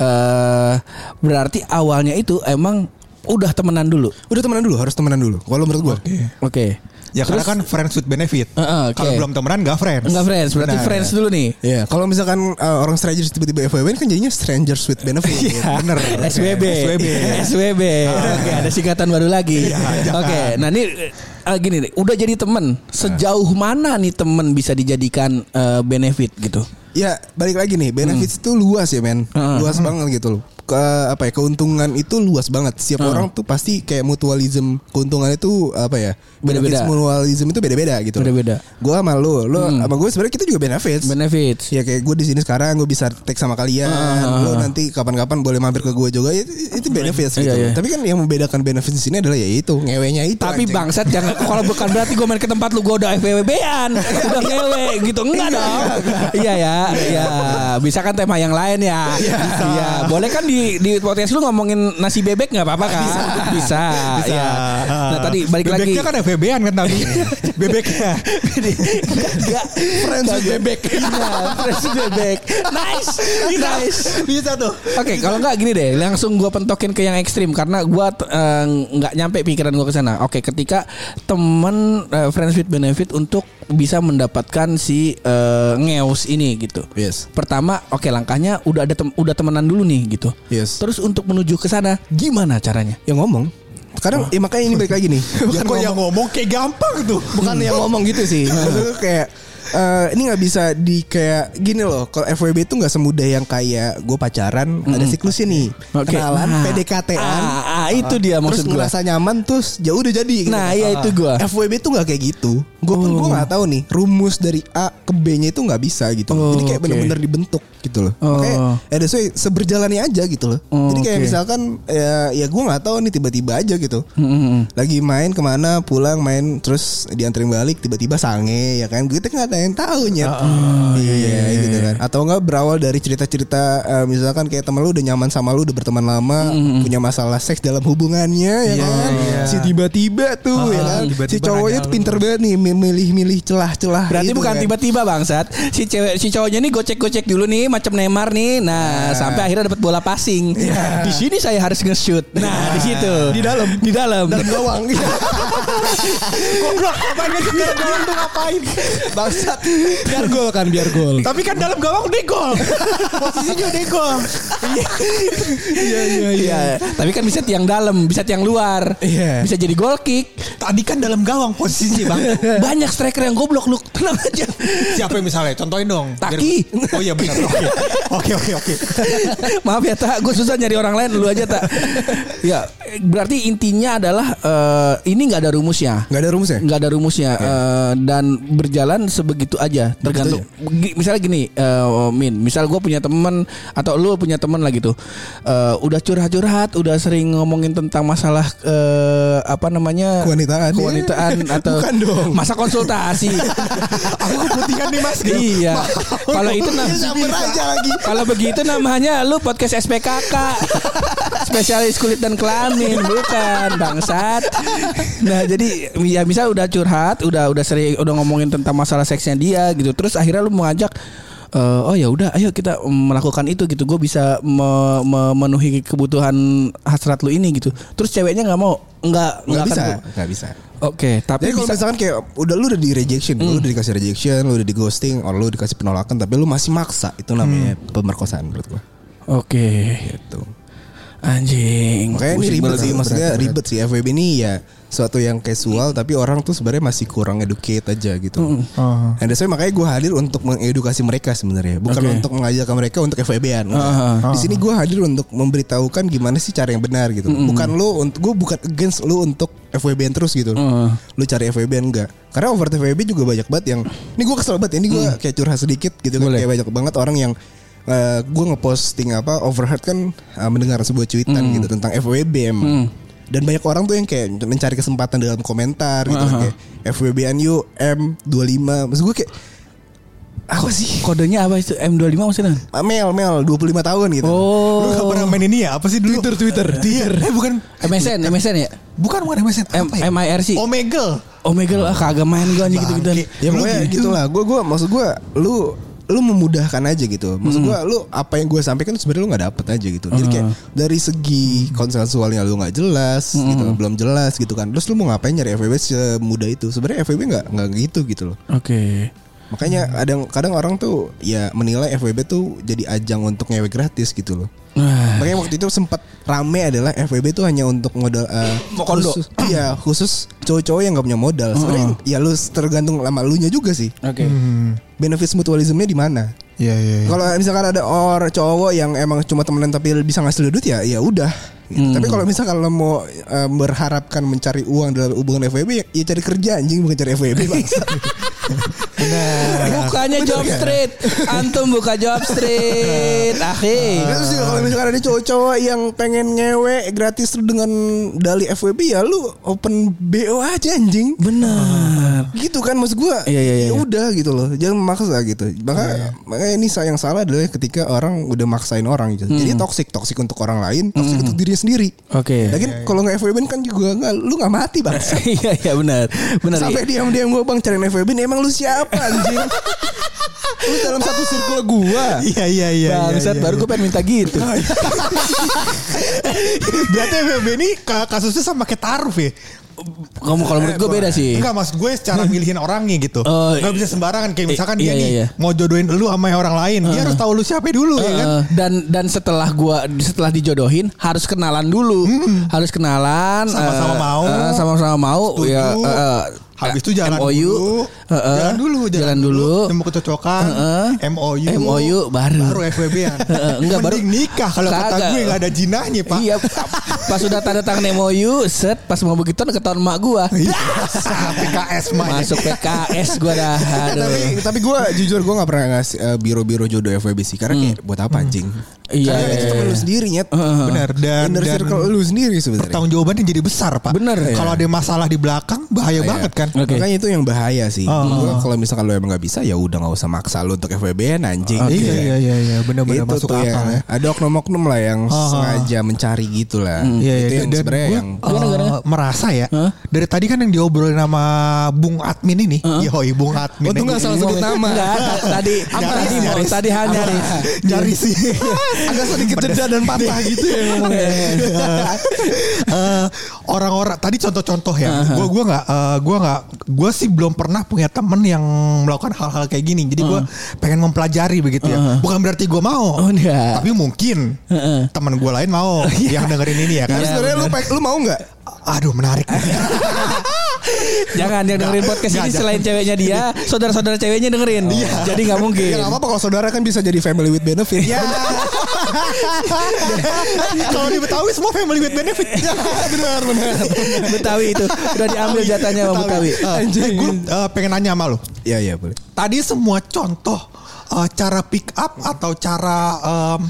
[SPEAKER 3] eh berarti awalnya itu emang udah temenan dulu.
[SPEAKER 4] Udah temenan dulu, harus temenan dulu. Kalau menurut gua.
[SPEAKER 3] Oke.
[SPEAKER 2] ya karena kan friends with benefit
[SPEAKER 3] Heeh, Eh, oke.
[SPEAKER 2] kalau belum temenan gak friends
[SPEAKER 3] Enggak friends, berarti
[SPEAKER 2] Benar.
[SPEAKER 3] friends dulu nih.
[SPEAKER 4] Iya, kalau misalkan uh, orang strangers tiba-tiba FWB kan jadinya strangers with benefit.
[SPEAKER 3] Iya.
[SPEAKER 4] Iya, Bener.
[SPEAKER 3] SWB.
[SPEAKER 2] SWB.
[SPEAKER 3] SWB. Oke, ada singkatan baru lagi. Oke, nah ini eh, gini nih, udah jadi temen. Sejauh mana nih temen bisa dijadikan eh, benefit gitu?
[SPEAKER 4] Ya, balik lagi nih, benefits itu luas ya, men.
[SPEAKER 3] Hmm.
[SPEAKER 4] Luas banget gitu loh. Ke apa ya, keuntungan itu luas banget. Setiap orang tuh pasti kayak mutualism, keuntungan itu apa ya?
[SPEAKER 3] Beda-beda.
[SPEAKER 4] benefits Mutualism itu beda-beda gitu. loh.
[SPEAKER 3] Beda-beda. Hmm.
[SPEAKER 4] Gua sama lu, lu sama gue sebenarnya kita juga benefits.
[SPEAKER 3] Benefits.
[SPEAKER 4] Ya kayak gue di sini sekarang gue bisa tag sama kalian, lo nanti kapan-kapan boleh mampir ke gue juga itu, itu benefits gitu.
[SPEAKER 3] Iya, iya.
[SPEAKER 4] Tapi kan yang membedakan benefits di sini adalah ya itu ngewenya itu.
[SPEAKER 3] Tapi
[SPEAKER 4] anjing.
[SPEAKER 3] bangsat jangan kalau bukan berarti gue main ke tempat lu gue udah FWB-an, udah ngewe gitu. Enggak dong. Iya ya, iya. Bisa kan tema yang lain ya. Iya, boleh kan di di podcast lu ngomongin nasi bebek nggak apa-apa kan? Bisa. Bisa.
[SPEAKER 2] Bisa. Ah.
[SPEAKER 3] Nah, tadi balik lagi. Iya.
[SPEAKER 2] Bebeknya kan FBB-an kan tadi Bebeknya Ya,
[SPEAKER 3] Enggak Friends with bebek Iya Friends with bebek Nice Nice
[SPEAKER 2] Bisa tuh
[SPEAKER 3] Oke kalau nggak gini deh Langsung gua pentokin ke yang ekstrim Karena gua t- eh, nggak nyampe pikiran gua ke sana Oke ketika Temen eh, Friends with benefit Untuk bisa mendapatkan si eh, Ngeus ini gitu
[SPEAKER 4] Yes.
[SPEAKER 3] Pertama oke langkahnya Udah ada tem- udah temenan dulu nih gitu
[SPEAKER 4] Yes.
[SPEAKER 3] Terus untuk menuju ke sana Gimana caranya
[SPEAKER 4] Ya ngomong. Kadang ya makanya ini balik lagi nih.
[SPEAKER 2] Ya kok yang ngomong kayak gampang tuh.
[SPEAKER 4] bukan yang ngomong gitu sih. Maksudnya tuh kayak eh, ini nggak bisa di kayak gini loh. Kalau FWB itu nggak semudah yang kayak gue pacaran ada siklusnya nih.
[SPEAKER 3] Oke.
[SPEAKER 4] Kenalan,
[SPEAKER 3] Nah.
[SPEAKER 4] PDKT-an,
[SPEAKER 3] Ah, ah, itu dia maksud
[SPEAKER 4] terus
[SPEAKER 3] gue.
[SPEAKER 4] ngerasa nyaman terus ya udah jadi. gitu.
[SPEAKER 3] Nah, iya itu gua. Oh.
[SPEAKER 4] FWB itu nggak kayak gitu. Gue pun gue nggak tahu nih rumus dari A ke B-nya itu nggak bisa gitu.
[SPEAKER 3] Oh,
[SPEAKER 4] jadi kayak
[SPEAKER 3] oke.
[SPEAKER 4] bener-bener dibentuk gitu loh.
[SPEAKER 3] Oh.
[SPEAKER 4] Makanya ya that's why seberjalannya aja gitu loh.
[SPEAKER 3] Oh,
[SPEAKER 4] jadi kayak
[SPEAKER 3] oke.
[SPEAKER 4] misalkan ya, ya gue nggak tahu nih tiba-tiba aja gitu.
[SPEAKER 3] Mm-mm.
[SPEAKER 4] Lagi main kemana pulang main terus dianterin balik tiba-tiba sange ya kan kita nggak ada yang tahu nyet. iya, gitu kan. Atau enggak berawal dari cerita-cerita eh, misalkan kayak temen lu udah nyaman sama lu udah berteman lama punya masalah seks dalam hubungannya ya kan. Si tiba-tiba tuh ya
[SPEAKER 2] Ah,
[SPEAKER 4] kan. si
[SPEAKER 2] tiba-tiba
[SPEAKER 4] cowoknya
[SPEAKER 2] nanya
[SPEAKER 4] tuh
[SPEAKER 2] lu.
[SPEAKER 4] pinter banget nih milih-milih celah-celah.
[SPEAKER 3] Berarti
[SPEAKER 4] gitu
[SPEAKER 3] bukan
[SPEAKER 4] kan.
[SPEAKER 3] tiba-tiba bangsat. Si cewek si cowoknya nih gocek-gocek dulu nih macam Neymar nih. Nah, sampai akhirnya dapat bola passing. Di sini saya harus nge-shoot. Nah, di situ. Di dalam. Di dalam.
[SPEAKER 4] dalam gawang.
[SPEAKER 2] Goblok, apaan dia di dalam gawang tuh ngapain?
[SPEAKER 4] Bangsat.
[SPEAKER 5] biar gol kan biar gol
[SPEAKER 2] Tapi kan dalam gawang dia gol. Posisinya dia gol.
[SPEAKER 3] Iya, iya, iya. Tapi kan bisa tiang dalam, bisa tiang luar.
[SPEAKER 4] Iya.
[SPEAKER 3] Bisa jadi goal kick.
[SPEAKER 2] Tadi kan dalam gawang posisinya bang.
[SPEAKER 3] Banyak striker yang goblok lu. Tenang aja.
[SPEAKER 2] Siapa yang misalnya? Contohin dong. Biar-
[SPEAKER 3] Taki.
[SPEAKER 2] Oh iya benar. Oke. Oke oke oke.
[SPEAKER 3] Maaf ya tak, gue susah nyari orang lain lu aja tak. Ya, berarti intinya adalah eh, ini nggak ada rumusnya.
[SPEAKER 4] Gak ada rumusnya?
[SPEAKER 3] nggak ada rumusnya
[SPEAKER 2] Iya.
[SPEAKER 3] eh, dan berjalan sebegitu aja tergantung Gi- misalnya gini eh, min misal gue punya teman atau lu punya teman lah gitu Eh, udah curhat-curhat udah sering ngomongin tentang masalah eh, apa namanya
[SPEAKER 4] Kewanitaan.
[SPEAKER 3] kewanitaan atau
[SPEAKER 4] Bukan dong.
[SPEAKER 3] masa konsultasi
[SPEAKER 2] Aku keputihan nih mas. Iya,
[SPEAKER 3] iya kalau itu nah,
[SPEAKER 4] Dia nyamber aja lagi.
[SPEAKER 3] kalau begitu namanya lu podcast SPKK spesialis kulit dan kelamin bukan bangsat nah jadi ya misal udah curhat udah udah sering udah ngomongin tentang masalah seksnya dia gitu terus akhirnya lu mengajak eh, oh ya udah ayo kita melakukan itu gitu gue bisa me- memenuhi kebutuhan hasrat lu ini gitu terus ceweknya nggak mau nggak
[SPEAKER 4] Gak
[SPEAKER 3] akan
[SPEAKER 4] bisa.
[SPEAKER 3] gu-
[SPEAKER 4] Gak bisa.
[SPEAKER 3] oke tapi
[SPEAKER 4] Jadi kalau
[SPEAKER 3] bisa Hmm.
[SPEAKER 4] misalkan kayak udah lu udah di rejection, lu udah dikasih rejection, lu udah di ghosting, or lu dikasih penolakan tapi lu masih maksa, itu namanya
[SPEAKER 3] Hmm.
[SPEAKER 4] pemerkosaan menurut gua.
[SPEAKER 3] oke
[SPEAKER 4] Gitu.
[SPEAKER 3] anjing
[SPEAKER 4] Makanya ini
[SPEAKER 3] Pusing
[SPEAKER 4] ribet
[SPEAKER 3] banget
[SPEAKER 4] sih,
[SPEAKER 3] gua.
[SPEAKER 4] maksudnya ribet sih FWB ini ya suatu yang casual tapi orang tuh sebenarnya masih kurang educate aja gitu.
[SPEAKER 3] Hmm. Oh.
[SPEAKER 2] Ah.
[SPEAKER 4] And that's why makanya gue hadir untuk mengedukasi mereka sebenarnya, bukan
[SPEAKER 3] Oke.
[SPEAKER 4] untuk mengajak mereka untuk FWB-an.
[SPEAKER 3] Ah,
[SPEAKER 4] Di sini gue hadir untuk memberitahukan gimana sih cara yang benar gitu. Bukan lu untuk gue bukan against lu untuk FWB-an terus gitu. Lu cari FWB-an enggak? Karena over FWB juga banyak banget yang ini gue kesel banget, ini gue kayak curhat sedikit gitu kan kayak banyak banget orang yang eh, gue ngeposting apa overheard kan eh, mendengar sebuah cuitan gitu tentang FWB emang. Dan banyak orang tuh yang kayak mencari kesempatan dalam komentar gitu kan, kayak FWB-an yuk M25. Maksud gue kayak apa sih? Ah,
[SPEAKER 3] kodenya apa itu M25 maksudnya
[SPEAKER 4] Mel, Mel, 25 tahun gitu.
[SPEAKER 3] Oh,
[SPEAKER 2] Lu gak pernah main ini ya? Apa sih dulu? Twitter, Twitter, Twitter. Eh bukan,
[SPEAKER 3] MSN, MSN ya?
[SPEAKER 2] bukan bukan MSN.
[SPEAKER 3] M-
[SPEAKER 2] Apa ya?
[SPEAKER 3] MIRC.
[SPEAKER 2] Omega.
[SPEAKER 3] Omega lah kagak main gue anjing gitu-gitu.
[SPEAKER 4] Ya
[SPEAKER 2] Lu
[SPEAKER 4] pokoknya
[SPEAKER 2] gitu.
[SPEAKER 4] gitulah. Gue gua maksud gua lu lu memudahkan aja gitu. Maksud gua lu apa yang gue sampaikan sebenarnya lu nggak dapet aja gitu. Jadi kayak dari segi konsensualnya lu nggak jelas gitu, belum jelas gitu kan. Terus lu mau ngapain nyari FWB semudah itu? Sebenarnya FWB nggak nggak gitu gitu loh.
[SPEAKER 3] Oke.
[SPEAKER 4] Makanya kadang kadang orang tuh ya menilai FWB tuh jadi ajang untuk ngewe gratis gitu loh.
[SPEAKER 3] Nah,
[SPEAKER 4] Makanya waktu itu sempat rame adalah FWB itu hanya untuk modal eh, khusus, iya khusus cowok-cowok yang nggak punya modal. Sebenarnya ya lu tergantung sama lu nya juga sih.
[SPEAKER 3] Oke.
[SPEAKER 4] Benefits mutualismnya di mana?
[SPEAKER 2] Hmm, Iya iya. iya.
[SPEAKER 4] Kalau misalkan ada orang cowok yang emang cuma temenan tapi bisa ngasih duit ya ya udah. Gitu. Tapi kalau misalkan lo mau eh, berharapkan mencari uang dalam hubungan FWB ya, ya cari kerja anjing bukan cari FWB bangsa.
[SPEAKER 3] Bukanya job street. Antum buka job street. Akhir.
[SPEAKER 4] Terus juga Gitu kalau misalkan ada cowok-cowok yang pengen ngewe gratis dengan dali FWB ya lu open BO aja anjing.
[SPEAKER 3] Benar.
[SPEAKER 4] Gitu kan maksud gua.
[SPEAKER 3] Iya, iya, iya.
[SPEAKER 4] Ya udah gitu loh. Jangan memaksa gitu. Maka makanya ini sa- yang salah adalah ketika orang udah maksain orang gitu. Jadi toksik, toksik untuk orang lain, toksik untuk dirinya sendiri.
[SPEAKER 3] Hmm. Oke.
[SPEAKER 4] Lagi
[SPEAKER 2] Iya,
[SPEAKER 4] kalau nggak FWB kan juga nggak lu nggak mati, Bang.
[SPEAKER 3] Iya iya benar. Benar.
[SPEAKER 4] Sampai diam-diam gua Bang cariin FWB emang lu siapa anjing? lu dalam satu circle gua.
[SPEAKER 2] Iya iya iya.
[SPEAKER 3] Bangsat baru gue pengen minta gitu.
[SPEAKER 2] Berarti FWB ini ka- kasusnya sama kayak taruh ya.
[SPEAKER 3] Kamu kalau menurut gue beda sih.
[SPEAKER 2] Enggak maksud gue secara milihin orangnya gitu.
[SPEAKER 3] Eh,
[SPEAKER 2] Gak bisa sembarangan kayak misalkan
[SPEAKER 3] iya,
[SPEAKER 2] dia
[SPEAKER 3] iya,
[SPEAKER 2] nih
[SPEAKER 3] iya.
[SPEAKER 2] mau jodohin lu sama orang lain, dia harus tahu lu siapa dulu ya kan.
[SPEAKER 3] Eh, dan dan setelah gua setelah dijodohin harus kenalan dulu harus kenalan
[SPEAKER 2] Hmm. Sama-sama
[SPEAKER 3] eh,
[SPEAKER 2] mau.
[SPEAKER 3] eh, sama-sama mau
[SPEAKER 2] Setuju.
[SPEAKER 3] ya eh, eh,
[SPEAKER 2] Habis itu jalan
[SPEAKER 3] MOU,
[SPEAKER 2] dulu.
[SPEAKER 3] eh, eh,
[SPEAKER 2] jalan dulu,
[SPEAKER 3] jalan dulu.
[SPEAKER 2] Nemu kecocokan.
[SPEAKER 3] Heeh.
[SPEAKER 2] MOU.
[SPEAKER 3] MOU baru.
[SPEAKER 2] Baru FWB-an.
[SPEAKER 3] Heeh, enggak, baru-
[SPEAKER 2] Mending nikah kalau kata
[SPEAKER 3] Kagak.
[SPEAKER 2] gue enggak ada jinahnya, Pak.
[SPEAKER 3] Iya, pas sudah tanda tangan MOU, set pas mau begitu ketahuan mak gua.
[SPEAKER 2] Iya, Sah, PKS mah.
[SPEAKER 3] Masuk PKS gua dah.
[SPEAKER 4] tapi
[SPEAKER 3] Aduh.
[SPEAKER 4] tapi gue jujur gue nggak pernah ngasih eh, biro-biro jodoh FWB sih karena kayak buat apa anjing?
[SPEAKER 3] Hmm. Iya,
[SPEAKER 4] Karena
[SPEAKER 3] iya,
[SPEAKER 4] itu cuma
[SPEAKER 3] iya.
[SPEAKER 4] lu sendiri nyet.
[SPEAKER 2] Benar dan
[SPEAKER 4] Inner
[SPEAKER 2] dan
[SPEAKER 4] circle lu sendiri sebenarnya.
[SPEAKER 2] tanggung jawabannya jadi besar, Pak.
[SPEAKER 3] Bener, ya.
[SPEAKER 2] Kalau ada masalah di belakang bahaya banget kan.
[SPEAKER 3] Oke.
[SPEAKER 4] Makanya itu yang bahaya sih.
[SPEAKER 2] Oh.
[SPEAKER 4] Gua kalau misalkan lu emang nggak bisa ya udah nggak usah maksa lu untuk FWB anjing.
[SPEAKER 2] Iya iya iya iya benar-benar
[SPEAKER 4] Itu
[SPEAKER 2] masuk
[SPEAKER 4] tuh
[SPEAKER 2] akal ya.
[SPEAKER 4] ya. Ada oknum-oknum lah yang
[SPEAKER 2] Oh.
[SPEAKER 4] sengaja mencari gitu lah.
[SPEAKER 2] Iya, iya.
[SPEAKER 4] Itu yang
[SPEAKER 2] Dan
[SPEAKER 4] sebenarnya
[SPEAKER 2] gua,
[SPEAKER 4] yang
[SPEAKER 2] eh, merasa ya
[SPEAKER 3] Hah?
[SPEAKER 2] dari tadi kan yang diobrolin sama Bung Admin ini, Yoi Bung Admin.
[SPEAKER 4] Untung nggak salah sebut nama.
[SPEAKER 3] Enggak, ta- tadi
[SPEAKER 2] Apa
[SPEAKER 3] tadi
[SPEAKER 2] sih,
[SPEAKER 3] mau
[SPEAKER 2] Haris?
[SPEAKER 3] tadi Iya. hanya nih.
[SPEAKER 2] Jari sih agak sedikit jeda dan patah gitu ya ngomongnya. Eh, Orang-orang tadi contoh-contoh ya. Gue gua nggak eh, gua nggak gue sih belum pernah punya temen yang melakukan hal-hal kayak gini. Jadi gue pengen mempelajari begitu ya. Bukan berarti gue mau.
[SPEAKER 3] Oh, enggak.
[SPEAKER 2] Tapi mungkin
[SPEAKER 3] Heeh. Iya.
[SPEAKER 2] temen gue lain mau yang dengerin ini ya kan.
[SPEAKER 4] Tapi sebenarnya lu pe- lu mau nggak? Ya
[SPEAKER 2] Aduh menarik.
[SPEAKER 3] Jangan yang dengerin podcast
[SPEAKER 2] Nggak,
[SPEAKER 3] ini
[SPEAKER 2] jangan.
[SPEAKER 3] selain ceweknya dia, saudara-saudara ceweknya dengerin. Jadi nggak mungkin.
[SPEAKER 2] Iya.
[SPEAKER 4] Ya Iya. nggak apa-apa kalau saudara kan bisa jadi family with benefit. Ya.
[SPEAKER 2] Kalau di Betawi semua family with benefit.
[SPEAKER 3] Iya,
[SPEAKER 2] benar benar.
[SPEAKER 3] Betawi itu udah diambil jatahnya sama Betawi.
[SPEAKER 4] Ah.
[SPEAKER 2] Anjing.
[SPEAKER 4] Eh,
[SPEAKER 2] Gue eh, pengen nanya sama lu.
[SPEAKER 4] Iya iya boleh.
[SPEAKER 2] Tadi semua contoh eh, cara pick up atau cara em,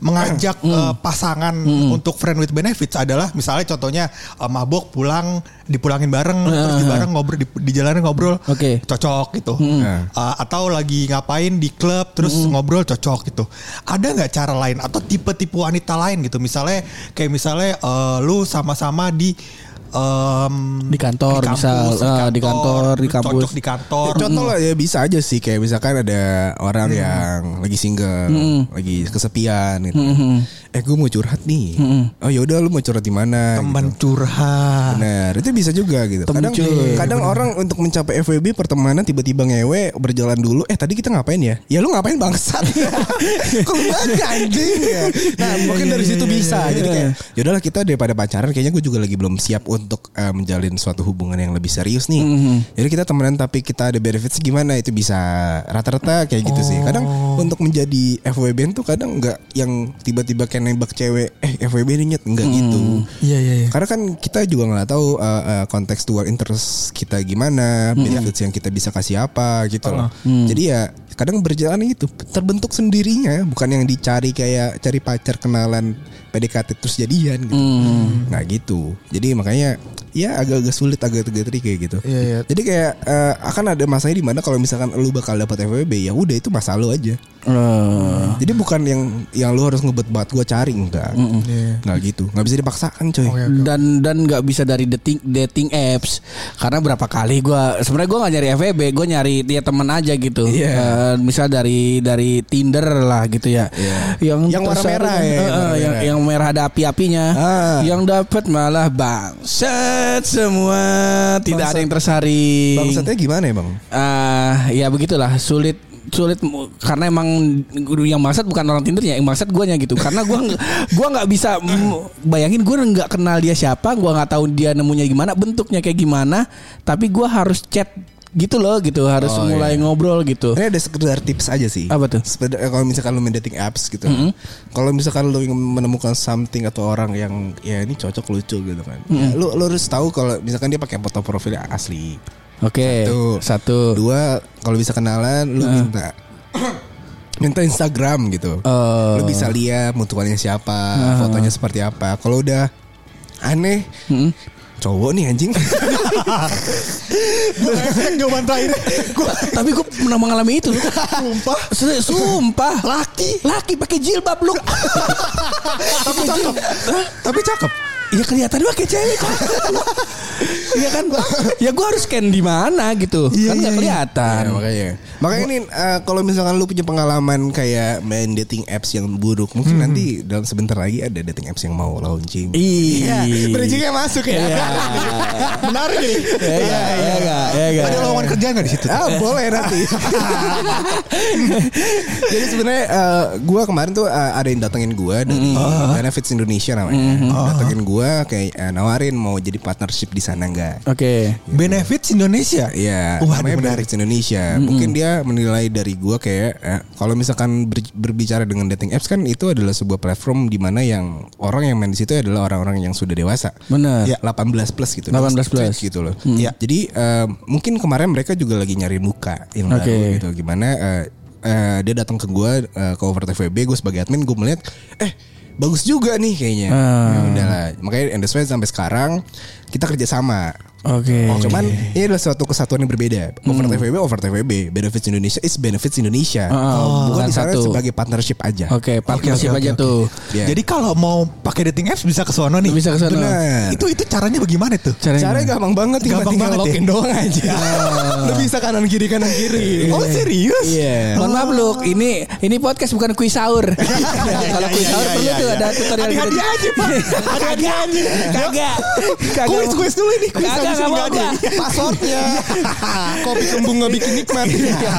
[SPEAKER 2] mengajak
[SPEAKER 3] Hmm.
[SPEAKER 2] eh, pasangan untuk friend with benefits adalah misalnya contohnya eh, mabok pulang dipulangin bareng terus di bareng ngobrol di, di jalanan ngobrol
[SPEAKER 3] Oke. Hmm.
[SPEAKER 2] cocok gitu Eh, atau lagi ngapain di klub terus ngobrol cocok gitu ada nggak cara lain atau tipe-tipe wanita lain gitu misalnya kayak misalnya eh, lu sama-sama di em,
[SPEAKER 3] Di kantor,
[SPEAKER 2] kampus,
[SPEAKER 3] misal. Ah, di kantor, di kampus.
[SPEAKER 2] cocok di kantor
[SPEAKER 4] Ya, contoh lah ya bisa aja sih kayak misalkan ada orang
[SPEAKER 2] Iya.
[SPEAKER 4] yang lagi single, lagi kesepian gitu. Eh gue mau curhat nih. Oh yaudah lu mau curhat di mana?
[SPEAKER 2] teman curhat
[SPEAKER 4] Benar, itu bisa juga gitu. Kadang kadang orang untuk mencapai FWB pertemanan tiba-tiba ngewe berjalan dulu. Eh tadi kita ngapain ya? Ya lu ngapain bangsat? Kok lu nanya, anjing ya? Nah, mungkin dari situ bisa. Jadi kayak ya udahlah kita daripada pacaran kayaknya gue juga lagi belum siap untuk eh, menjalin suatu hubungan yang lebih serius nih. Jadi kita temenan tapi kita ada benefits gimana itu bisa rata-rata kayak gitu sih. Kadang untuk menjadi FWB tuh kadang nggak yang tiba-tiba kayak nembak cewek, eh FWB nih nyet enggak gitu.
[SPEAKER 2] Iya iya iya.
[SPEAKER 4] Karena kan kita juga nggak tahu uh, uh, kontekstual interest kita gimana, benefits yang kita bisa kasih apa gitu
[SPEAKER 2] Ah,
[SPEAKER 4] loh.
[SPEAKER 2] mm.
[SPEAKER 4] Jadi ya kadang berjalan itu terbentuk sendirinya, bukan yang dicari kayak cari pacar kenalan PDKT terus jadian gitu.
[SPEAKER 2] Mm.
[SPEAKER 4] Nah gitu. Jadi makanya ya agak-agak sulit agak-agak tricky gitu.
[SPEAKER 2] Iya, iya.
[SPEAKER 4] Jadi kayak uh, akan ada masanya di mana kalau misalkan lu bakal dapat FWB ya udah itu masalah lu aja.
[SPEAKER 2] Ah.
[SPEAKER 4] Jadi bukan yang yang lu harus ngebet banget gua cari enggak.
[SPEAKER 2] Iya.
[SPEAKER 4] Nggak gitu. Nggak bisa dipaksakan coy.
[SPEAKER 2] Oh,
[SPEAKER 3] dan dan nggak bisa dari dating dating apps karena berapa kali gua sebenarnya gua nggak nyari FWB gua nyari dia temen aja gitu
[SPEAKER 4] Iya.
[SPEAKER 3] Eh, misal dari dari Tinder lah gitu ya yang
[SPEAKER 4] Iya. Yang warna
[SPEAKER 3] tersaring-
[SPEAKER 4] merah
[SPEAKER 3] Eh,
[SPEAKER 4] ya,
[SPEAKER 3] eh,
[SPEAKER 4] yang warna
[SPEAKER 3] yang
[SPEAKER 4] merah.
[SPEAKER 3] yang merah ada api-apinya
[SPEAKER 4] Ah.
[SPEAKER 3] yang dapat malah bangsat semua tidak ada yang tersaring
[SPEAKER 4] Bangsatnya gimana ya bang?
[SPEAKER 3] Ah, ya begitulah sulit sulit mu- karena emang yang bangsat bukan orang Tindernya yang bangsat guanya gitu karena gua nge- gua nggak bisa m- bayangin gua nggak kenal dia siapa gua nggak tahu dia nemunya gimana bentuknya kayak gimana tapi gua harus chat gitu loh gitu harus
[SPEAKER 4] Oh, Eh,
[SPEAKER 3] mulai ngobrol gitu
[SPEAKER 4] Ini ada sekedar tips aja sih.
[SPEAKER 3] Apa tuh? Mm-hmm.
[SPEAKER 4] Sekedar- eh, kalau misalkan lu main dating apps gitu. Kalau misalkan lu ingin menemukan something atau orang yang ya ini cocok lucu gitu kan.
[SPEAKER 3] Mm-hmm.
[SPEAKER 4] Ya, lu lu harus tahu kalau misalkan dia pakai foto profil yang asli.
[SPEAKER 3] oke
[SPEAKER 4] Tuh.
[SPEAKER 3] satu
[SPEAKER 4] Dua, kalau bisa kenalan lu
[SPEAKER 3] Mm-hmm.
[SPEAKER 4] minta minta Instagram gitu.
[SPEAKER 3] Eh.
[SPEAKER 4] Lu bisa lihat mutualnya siapa,
[SPEAKER 3] Uh-huh.
[SPEAKER 4] fotonya seperti apa. Kalau udah aneh,
[SPEAKER 3] Mm-hmm.
[SPEAKER 4] cowok nih anjing.
[SPEAKER 2] Kan jawaban terakhir. Gua
[SPEAKER 3] tapi gua pernah mengalami itu
[SPEAKER 2] sumpah.
[SPEAKER 3] Serius, sumpah laki laki pakai jilbab lu
[SPEAKER 2] Tapi cakep. Tapi cakep.
[SPEAKER 3] ya kelihatan lu kayak cewek Iya kan Ya gue harus scan di mana gitu Kan
[SPEAKER 2] Iya, iya,
[SPEAKER 3] gak
[SPEAKER 2] iya.
[SPEAKER 3] kelihatan
[SPEAKER 4] Iya, makanya. Makanya ini eh, kalau misalkan lu punya pengalaman kayak main dating apps yang buruk, mungkin nanti dalam sebentar lagi ada dating apps yang mau launching.
[SPEAKER 3] Iya
[SPEAKER 2] Bridgingnya masuk ya.
[SPEAKER 4] Iya.
[SPEAKER 2] Menarik ini.
[SPEAKER 3] Iya iya iya nggak, iya nggak.
[SPEAKER 2] Ada lowongan kerjaan nggak di situ?
[SPEAKER 4] Ah boleh nanti. Jadi sebenarnya eh, gua kemarin tuh eh, ada yang datengin gua dari Benefits Indonesia namanya. Datengin gua kayak eh, nawarin mau jadi partnership di sana enggak?
[SPEAKER 3] Oke
[SPEAKER 2] Benefits Indonesia.
[SPEAKER 4] Iya,
[SPEAKER 2] Wah,
[SPEAKER 4] namanya
[SPEAKER 2] menarik.
[SPEAKER 4] Benefits Indonesia. Mungkin dia menilai dari gua kayak eh, kalau misalkan ber- berbicara dengan dating apps kan itu adalah sebuah platform di mana yang orang yang main di situ adalah orang-orang yang sudah dewasa.
[SPEAKER 3] Bener
[SPEAKER 4] Ya, 18 plus gitu.
[SPEAKER 3] 18 plus. Mm.
[SPEAKER 4] gitu loh.
[SPEAKER 2] Iya.
[SPEAKER 4] Jadi eh, mungkin kemarin mereka juga lagi nyari muka yang baru
[SPEAKER 3] Oke.
[SPEAKER 4] gitu. Gimana eh, eh, dia datang ke gua eh, ke Over TVB, gue sebagai admin gue melihat eh bagus juga nih kayaknya.
[SPEAKER 3] Ah.
[SPEAKER 4] Ya udahlah. Makanya and that's why sampai sekarang kita kerjasama
[SPEAKER 3] Oke
[SPEAKER 4] Oh, cuman
[SPEAKER 3] iya,
[SPEAKER 4] ini adalah suatu kesatuan yang berbeda. Over
[SPEAKER 3] Hmm.
[SPEAKER 4] TVB, over TVB, benefits Indonesia is benefits Indonesia.
[SPEAKER 3] Oh, bukan
[SPEAKER 4] bukan di sana
[SPEAKER 3] satu.
[SPEAKER 4] sebagai partnership aja.
[SPEAKER 3] Oke partnership
[SPEAKER 2] oke,
[SPEAKER 3] aja
[SPEAKER 2] oke.
[SPEAKER 3] tuh
[SPEAKER 4] Iya.
[SPEAKER 2] Jadi kalau mau pakai dating apps bisa ke sono nih.
[SPEAKER 3] Bisa ke sono.
[SPEAKER 2] Bener. Itu itu caranya bagaimana tuh?
[SPEAKER 3] Caranya-
[SPEAKER 4] Caranya gampang banget tinggal
[SPEAKER 2] Gampang
[SPEAKER 4] tinggal
[SPEAKER 2] banget ya?
[SPEAKER 4] login doang aja.
[SPEAKER 3] Ah.
[SPEAKER 4] Lu bisa kanan kiri kanan kiri.
[SPEAKER 2] Oh serius? Oh.
[SPEAKER 3] Iya. Mohon maaf Luk, ini ini podcast bukan kuis sahur. Kalau kuis sahur
[SPEAKER 2] iya,
[SPEAKER 3] perlu
[SPEAKER 2] iya,
[SPEAKER 3] tuh
[SPEAKER 2] iya.
[SPEAKER 3] ada tutorial
[SPEAKER 2] Ada hadiah aja, Pak. Ada hadiah aja.
[SPEAKER 3] Kagak. Kagak.
[SPEAKER 2] Kuis kuis dulu ini kuis
[SPEAKER 3] Kagak,
[SPEAKER 2] habis
[SPEAKER 3] nggak
[SPEAKER 2] ini
[SPEAKER 3] mau
[SPEAKER 2] nggak ada. ya?
[SPEAKER 3] gua.
[SPEAKER 2] Passwordnya.
[SPEAKER 4] Kopi kembung nggak bikin nikmat.
[SPEAKER 2] Iya.
[SPEAKER 4] Iya.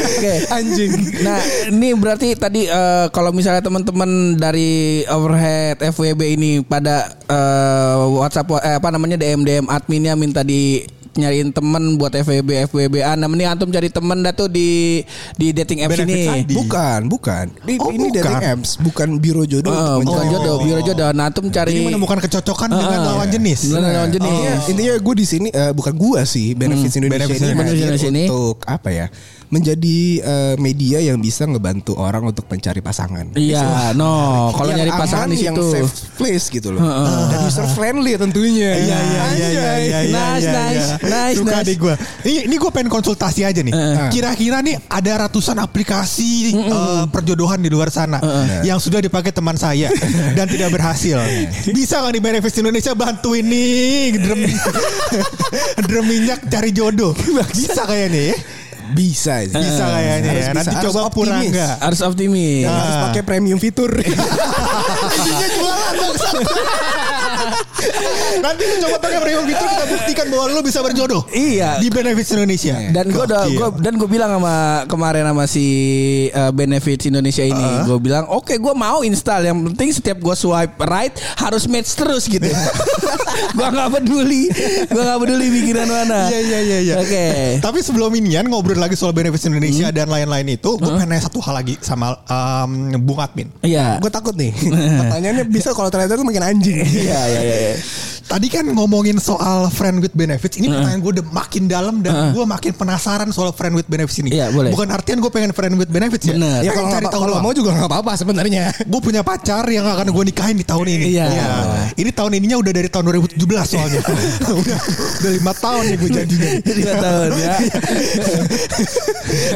[SPEAKER 3] Oke.
[SPEAKER 4] Anjing.
[SPEAKER 3] Nah, ini berarti tadi eh, kalau misalnya teman-teman dari Overhead FWB ini pada eh, WhatsApp eh, apa namanya DM DM adminnya minta di nyariin temen buat FWB FWB an nah ini antum cari temen dah tuh di di dating Eh, apps ini
[SPEAKER 2] Benefits tadi.
[SPEAKER 4] bukan, bukan. Ini,
[SPEAKER 2] Oh, bukan.
[SPEAKER 4] ini dating apps, bukan biro jodoh.
[SPEAKER 3] Eh,
[SPEAKER 4] untuk
[SPEAKER 3] bukan
[SPEAKER 4] mencari-
[SPEAKER 3] jodoh biro jodoh nah antum cari
[SPEAKER 2] Jadi menemukan kecocokan
[SPEAKER 3] Eh,
[SPEAKER 2] dengan
[SPEAKER 3] eh.
[SPEAKER 2] lawan jenis.
[SPEAKER 4] Nah,
[SPEAKER 3] Dengan lawan jenis.
[SPEAKER 4] Intinya, intinya gue di sini eh, bukan gue sih benefits Indonesia
[SPEAKER 2] Benefits
[SPEAKER 4] ini
[SPEAKER 3] Indonesia. Oh.
[SPEAKER 4] hadir
[SPEAKER 3] Hmm. Benefits Indonesia ini.
[SPEAKER 4] untuk apa ya menjadi eh, media yang bisa ngebantu orang untuk mencari pasangan.
[SPEAKER 3] Iya, no. Kalau
[SPEAKER 4] Yang
[SPEAKER 3] nyari pasangan
[SPEAKER 4] aman,
[SPEAKER 3] di
[SPEAKER 4] yang
[SPEAKER 3] situ.
[SPEAKER 4] safe place gitu loh. Dan user friendly ya tentunya.
[SPEAKER 2] Iya iya iya iya
[SPEAKER 3] Anjay.
[SPEAKER 2] iya. iya,
[SPEAKER 3] Nice,
[SPEAKER 2] iya,
[SPEAKER 3] nice,
[SPEAKER 2] iya.
[SPEAKER 3] nice,
[SPEAKER 2] Suka
[SPEAKER 3] nice. Eh.
[SPEAKER 2] deh gue. Ini, ini gue pengen konsultasi aja nih. Kira-kira nih ada ratusan aplikasi eh, perjodohan di luar sana
[SPEAKER 3] Eh.
[SPEAKER 2] yang sudah dipakai teman saya dan tidak berhasil. Bisa nggak di Benefits Indonesia bantuin nih drem, drem minyak cari jodoh? Bisa kayaknya ya.
[SPEAKER 4] Bisa sih.
[SPEAKER 2] Bisa kayaknya
[SPEAKER 4] Harus
[SPEAKER 2] ya.
[SPEAKER 4] bisa,
[SPEAKER 2] Nanti
[SPEAKER 4] harus
[SPEAKER 2] coba pura
[SPEAKER 4] optimis.
[SPEAKER 2] enggak.
[SPEAKER 3] Harus optimis.
[SPEAKER 4] Yang Harus pakai premium fitur.
[SPEAKER 2] Iya. Nanti lu coba pakai premium fitur kita buktikan bahwa lu bisa berjodoh.
[SPEAKER 3] Iya.
[SPEAKER 2] Di Benefits Indonesia.
[SPEAKER 3] Dan gue udah
[SPEAKER 2] Eh, Gokil.
[SPEAKER 3] gua- dan gue bilang sama kemarin sama si uh, Benefits Indonesia ini, gue bilang oke gue mau install yang penting setiap gue swipe right harus match terus gitu. gue nggak peduli, gue nggak peduli pikiran mana.
[SPEAKER 2] Iya iya iya iya.
[SPEAKER 3] Oke. Hmm.
[SPEAKER 2] Tapi sebelum inian ngobrol lagi soal benefits Indonesia dan lain-lain itu, gue pengen nanya satu hal lagi sama em, Bung Admin.
[SPEAKER 3] Iya. Hmm.
[SPEAKER 4] gue takut nih. Pertanyaannya bisa kalau ternyata tuh makin anjing.
[SPEAKER 3] Iya iya iya. iya.
[SPEAKER 2] Tadi kan ngomongin soal friend with benefits,
[SPEAKER 3] Hmm.
[SPEAKER 2] ini pertanyaan gue makin dalam dan gue makin penasaran soal friend with benefits ini.
[SPEAKER 3] Iya, boleh.
[SPEAKER 2] Bukan artian gue pengen friend with benefits ya.
[SPEAKER 3] Bener.
[SPEAKER 2] Ya
[SPEAKER 4] Ya kalau
[SPEAKER 2] cari
[SPEAKER 4] nggak-
[SPEAKER 2] tahu
[SPEAKER 4] kalau nggak
[SPEAKER 2] mau
[SPEAKER 4] mau juga nggak apa-apa sebenarnya.
[SPEAKER 2] Gue punya pacar yang akan gue nikahin di tahun ini.
[SPEAKER 3] Iya.
[SPEAKER 2] Ini tahun ininya udah dari tahun 2017 soalnya. udah udah lima tahun ya gue jadinya.
[SPEAKER 3] Lima tahun ya.